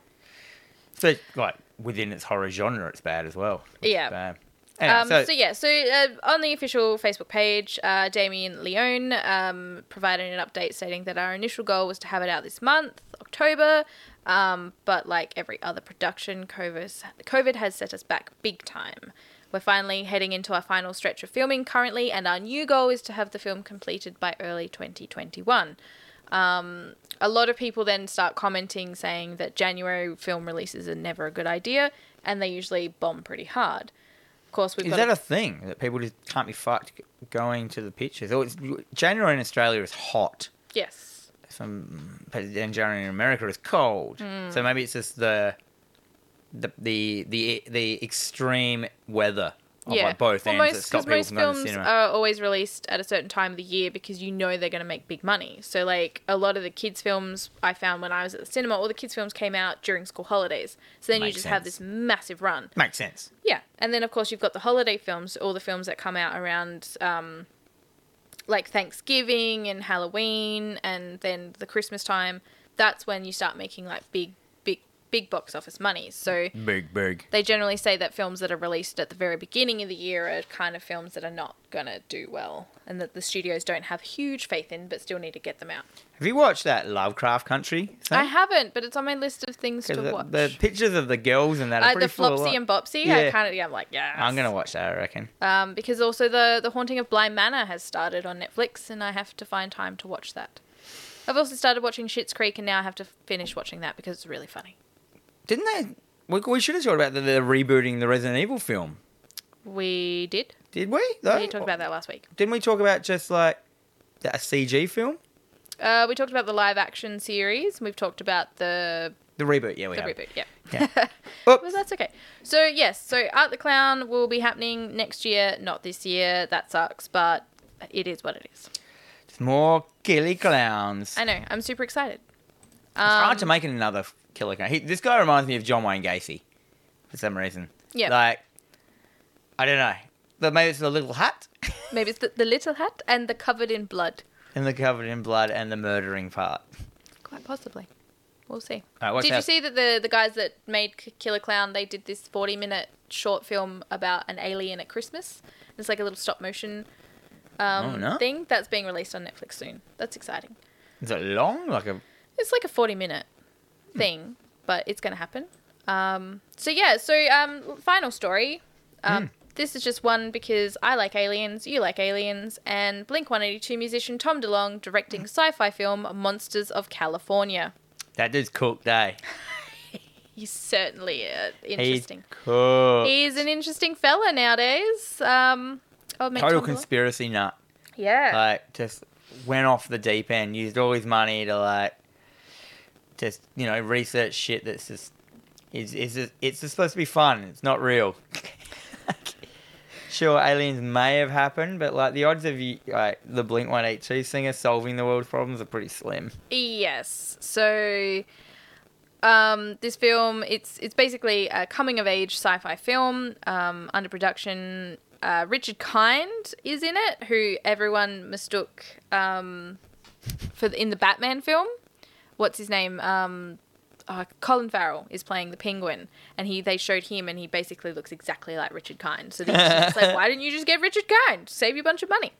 A: so, like, within its horror genre, it's bad as well. which is
B: Yeah.
A: bad. Anyway,
B: um, so, yeah, so uh, on the official Facebook page, uh, Damien Leone um, provided an update stating that our initial goal was to have it out this month, October, um, but like every other production, COVID, COVID has set us back big time. We're finally heading into our final stretch of filming currently, and our new goal is to have the film completed by early 2021. a lot of people then start commenting saying that January film releases are never a good idea, and they usually bomb pretty hard. Of course, we've
A: Is
B: got
A: that a thing that people just can't be fucked g- going to the pictures? Or it's, January in Australia is hot.
B: yes,
A: Some but then January in America is cold.
B: Mm.
A: So maybe it's just the the the the, the extreme weather of
B: yeah.
A: like both
B: Well,
A: ends that
B: most,
A: stop
B: because
A: people from going
B: most
A: to the
B: films
A: cinema.
B: are always released at a certain time of the year because you know they're going to make big money. So, like a lot of the kids' films I found when I was at the cinema, all the kids' films came out during school holidays. So then you
A: Makes
B: just have
A: sense.
B: this massive run.
A: Makes sense.
B: Yeah, and then of course you've got the holiday films, all the films that come out around um, like Thanksgiving and Halloween, and then the Christmas time. That's when you start making like big, big, big box office money. So
A: Big, big.
B: they generally say that films that are released at the very beginning of the year are kind of films that are not gonna do well, and that the studios don't have huge faith in, but still need to get them out.
A: Have you watched that Lovecraft Country? thing?
B: I haven't, but it's on my list of things
A: 'Cause
B: to
A: the,
B: watch.
A: the pictures of the girls and that are
B: uh,
A: pretty
B: the
A: full of
B: Flopsy
A: like-
B: and Bopsy,
A: Yeah.
B: I kind of yeah, I'm like yeah.
A: I'm gonna watch that. I reckon.
B: um, because also the the haunting of Bly Manor has started on Netflix, and I have to find time to watch that. I've also started watching Schitt's Creek, and now I have to finish watching that because it's really funny.
A: Didn't they? We, we should have talked about that they're rebooting the Resident Evil film.
B: We did.
A: Did we? though? oh.
B: We talked about that last week.
A: Didn't we talk about just like a CG film?
B: Uh, we talked about the live action series. and We've talked about the
A: The reboot, yeah, we
B: the
A: have.
B: reboot. Yeah.
A: Yeah.
B: Well,
A: Oops.
B: that's okay. So yes, so Art the Clown will be happening next year, not this year. That sucks, but it is what it is.
A: It's more Killy Clowns.
B: I know. I'm super excited.
A: it's
B: Um,
A: hard to make another f- Killer Clown. He, this guy reminds me of John Wayne Gacy for some reason.
B: Yeah.
A: Like, I don't know. But maybe it's the little hat
B: Maybe it's the, the little hat and the covered in blood.
A: and the covered in blood and the murdering part.
B: Quite possibly. We'll see.
A: All right, what's
B: did you
A: that?
B: see that the the guys that made K- Killer Clown they did this forty minute short film about an alien at Christmas? It's like a little stop motion um,
A: Oh, no.
B: thing that's being released on Netflix soon. That's exciting.
A: Is it long? Like a.
B: It's like a forty minute thing, but it's gonna happen. Um, so yeah, so um, final story. Um, This is just one because I like aliens, you like aliens, and Blink 182 musician Tom DeLonge directing sci fi film Monsters of California.
A: That dude's cooked, eh?
B: He's certainly uh,
A: He's
B: interesting.
A: cooked.
B: He's an interesting fella nowadays. Um, oh, mate,
A: Total
B: Tom DeLonge.
A: conspiracy nut.
B: Yeah.
A: like just went off the deep end, used all his money to like just you know research shit that's just is is just- it's just supposed to be fun. It's not real. sure, aliens may have happened, but like the odds of you like the Blink One Eight Two singer solving the world's problems are pretty slim.
B: yes. So, um, this film it's it's basically a coming of age sci-fi film um, under production. Uh, Richard Kind is in it, who everyone mistook um, for the, in the Batman film. What's his name? Um, uh, Colin Farrell is playing the Penguin, and he they showed him, and he basically looks exactly like Richard Kind. So the internet's like, why didn't you just get Richard Kind? Save you a bunch of money.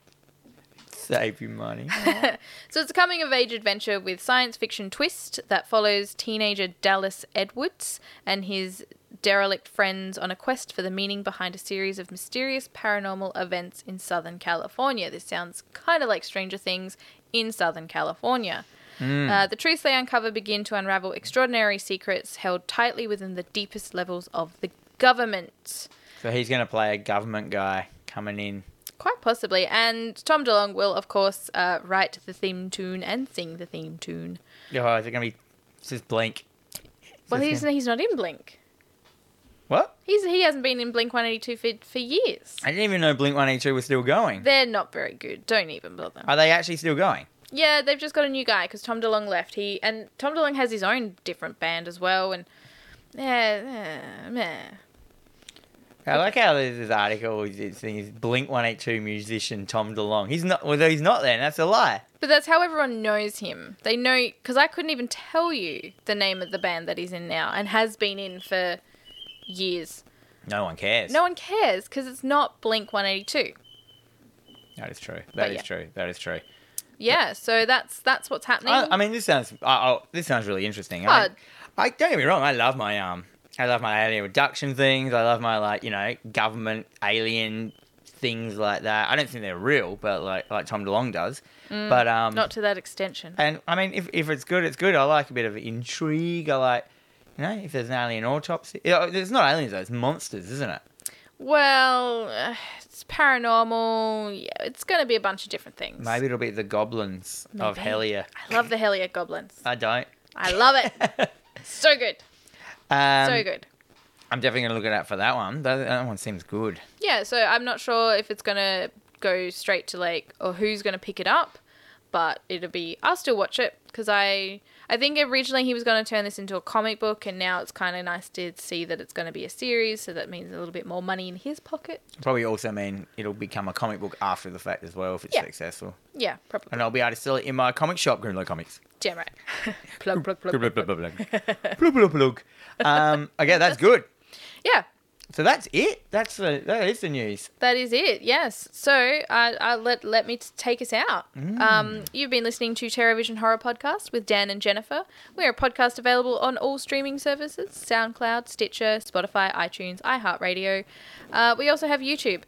A: Save you money.
B: Uh, So it's a coming of age adventure with science fiction twist that follows teenager Dallas Edwards and his derelict friends on a quest for the meaning behind a series of mysterious paranormal events in Southern California. This sounds kind of like Stranger Things in Southern California.
A: Hmm.
B: Uh, the truths they uncover begin to unravel extraordinary secrets held tightly within the deepest levels of the government.
A: So he's going to play a government guy coming in.
B: Quite possibly. And Tom DeLonge will, of course, uh, write the theme tune and sing the theme tune.
A: Oh, is it going to be it's just Blink? It's
B: Well,
A: just
B: he's,
A: gonna-
B: he's not in Blink.
A: what?
B: He's, he hasn't been in Blink 182 for, for years.
A: I didn't even know Blink One Eight Two was still going.
B: They're not very good. Don't even bother.
A: Are they actually still going?
B: Yeah, they've just got a new guy because Tom DeLonge left. He and Tom DeLonge has his own different band as well. And yeah, meh.
A: I like how there's this article. It's thing Blink One Eight Two musician Tom DeLong. He's not. Well, he's not there. and That's a lie.
B: But that's how everyone knows him. They know because I couldn't even tell you the name of the band that he's in now and has been in for years.
A: No one cares.
B: No one cares because it's not Blink 182.
A: That is true. That
B: But
A: is
B: yeah.
A: true. That is true.
B: Yeah, so that's that's what's happening.
A: I, I mean, this sounds. I, I, this sounds really interesting. I,
B: Odd.
A: I don't get me wrong. I love my um. I love my alien reduction things. I love my like you know government alien things like that. I don't think they're real, but like like Tom DeLong does. but um.
B: Mm. not to that extension.
A: And I mean, if, if it's good, it's good. I like a bit of intrigue. I like, you know, if there's an alien autopsy. Yeah, It's not aliens though. It's monsters, isn't it?
B: Well, uh, it's paranormal. Yeah, it's going to be a bunch of different things.
A: Maybe it'll be the goblins of
B: Maybe.
A: Hellia.
B: I love the Hellier goblins.
A: I don't.
B: I love it. so good.
A: um,
B: so good.
A: I'm definitely gonna look it up for that one. That, that one seems good.
B: Yeah, so I'm not sure if it's going to go straight to like or who's going to pick it up, but it'll be I'll still watch it cuz I I think originally he was going to turn this into a comic book and now it's kind of nice to see that it's going to be a series, so that means a little bit more money in his pocket.
A: Probably also mean it'll become a comic book after the fact as well if it's
B: Yeah.
A: successful,
B: Yeah, probably.
A: and I'll be able to sell it in my comic shop, Greenlow Comics.
B: Damn right. plug, plug, plug,
A: Plug, plug,
B: plug, plug.
A: plug, plug. Plug, plug, plug. Um, okay, that's good.
B: Yeah,
A: So that's it. That's the that is the news.
B: That is it. Yes. So I, I let let me t- take us out. Um, you've been listening to TerraVision Horror Podcast with Dan and Jennifer. We're a podcast available on all streaming services: SoundCloud, Stitcher, Spotify, iTunes, iHeartRadio. Uh, we also have YouTube.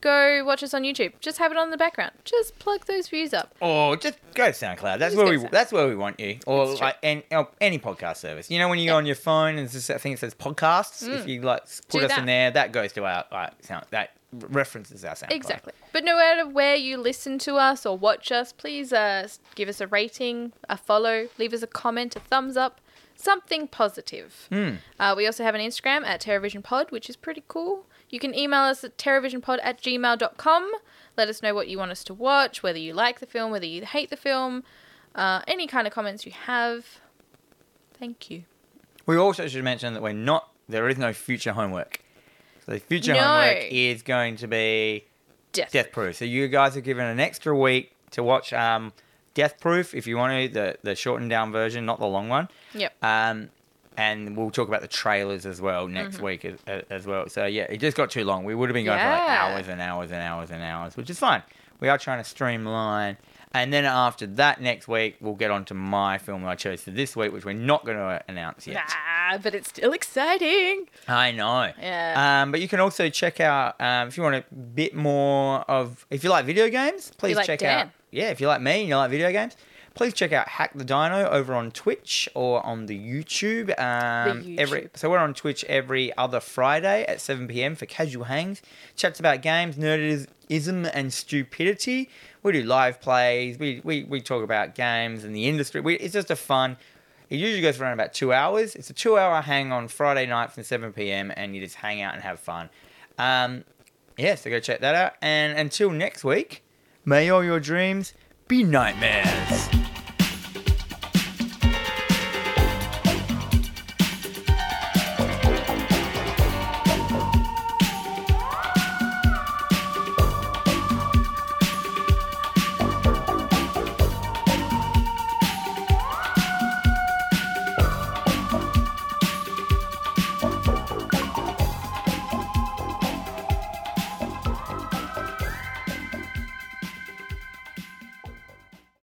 B: Go watch us on YouTube. Just have it on in the background. Just plug those views up.
A: Or just go to SoundCloud. That's
B: Just
A: where
B: go
A: we
B: to Sound-
A: that's where we want you. Or
B: That's true.
A: like any, or any podcast service. You know when you go
B: Yeah. Mm.
A: on your phone and it's just that thing that says podcasts. If you like s- put
B: Do
A: us in
B: that.
A: there, that goes to our like sound that references our sound.
B: Exactly. But no matter where you listen to us or watch us, please uh, s- give us a rating, a follow, leave us a comment, a thumbs up, something positive.
A: Hmm.
B: Uh, we also have an Instagram at TerravisionPod, which is pretty cool. You can email us at terravisionpod at gmail.com. Let us know what you want us to watch, whether you like the film, whether you hate the film, uh, any kind of comments you have. Thank you.
A: We also should mention that we're not there is no future homework. So the future
B: No.
A: homework is going to be
B: Death.
A: Death Proof. So you guys are given an extra week to watch um, Death Proof if you want to, the, the shortened down version, not the long one.
B: Yep.
A: Um, and we'll talk about the trailers as well next
B: Mm-hmm.
A: week as, as- as well. So yeah, it just got too long. We would have been going for
B: Yeah.
A: like hours and hours and hours and hours, which is fine. We are trying to streamline. And then after that next week, we'll get on to my film that I chose for this week, which we're not going to announce yet.
B: Ah, but it's still exciting.
A: I know.
B: Yeah.
A: Um, but you can also check out um, if you want a bit more of if you like video games, please
B: like
A: check
B: Dan.
A: out. Yeah, if you like me and you like video games, please check out Hack the Dino over on Twitch or on the YouTube. Um, Every
B: YouTube.
A: so we're on Twitch every other Friday at 7 p.m. for casual hangs, chats about games, nerdism, and stupidity. We do live plays. We we, we talk about games and the industry. We, it's just a fun. It usually goes for around about two hours. It's a two hour hang on Friday night from 7 p.m. and you just hang out and have fun. Um, yeah, so go check that out. And until next week, may all your dreams be nightmares.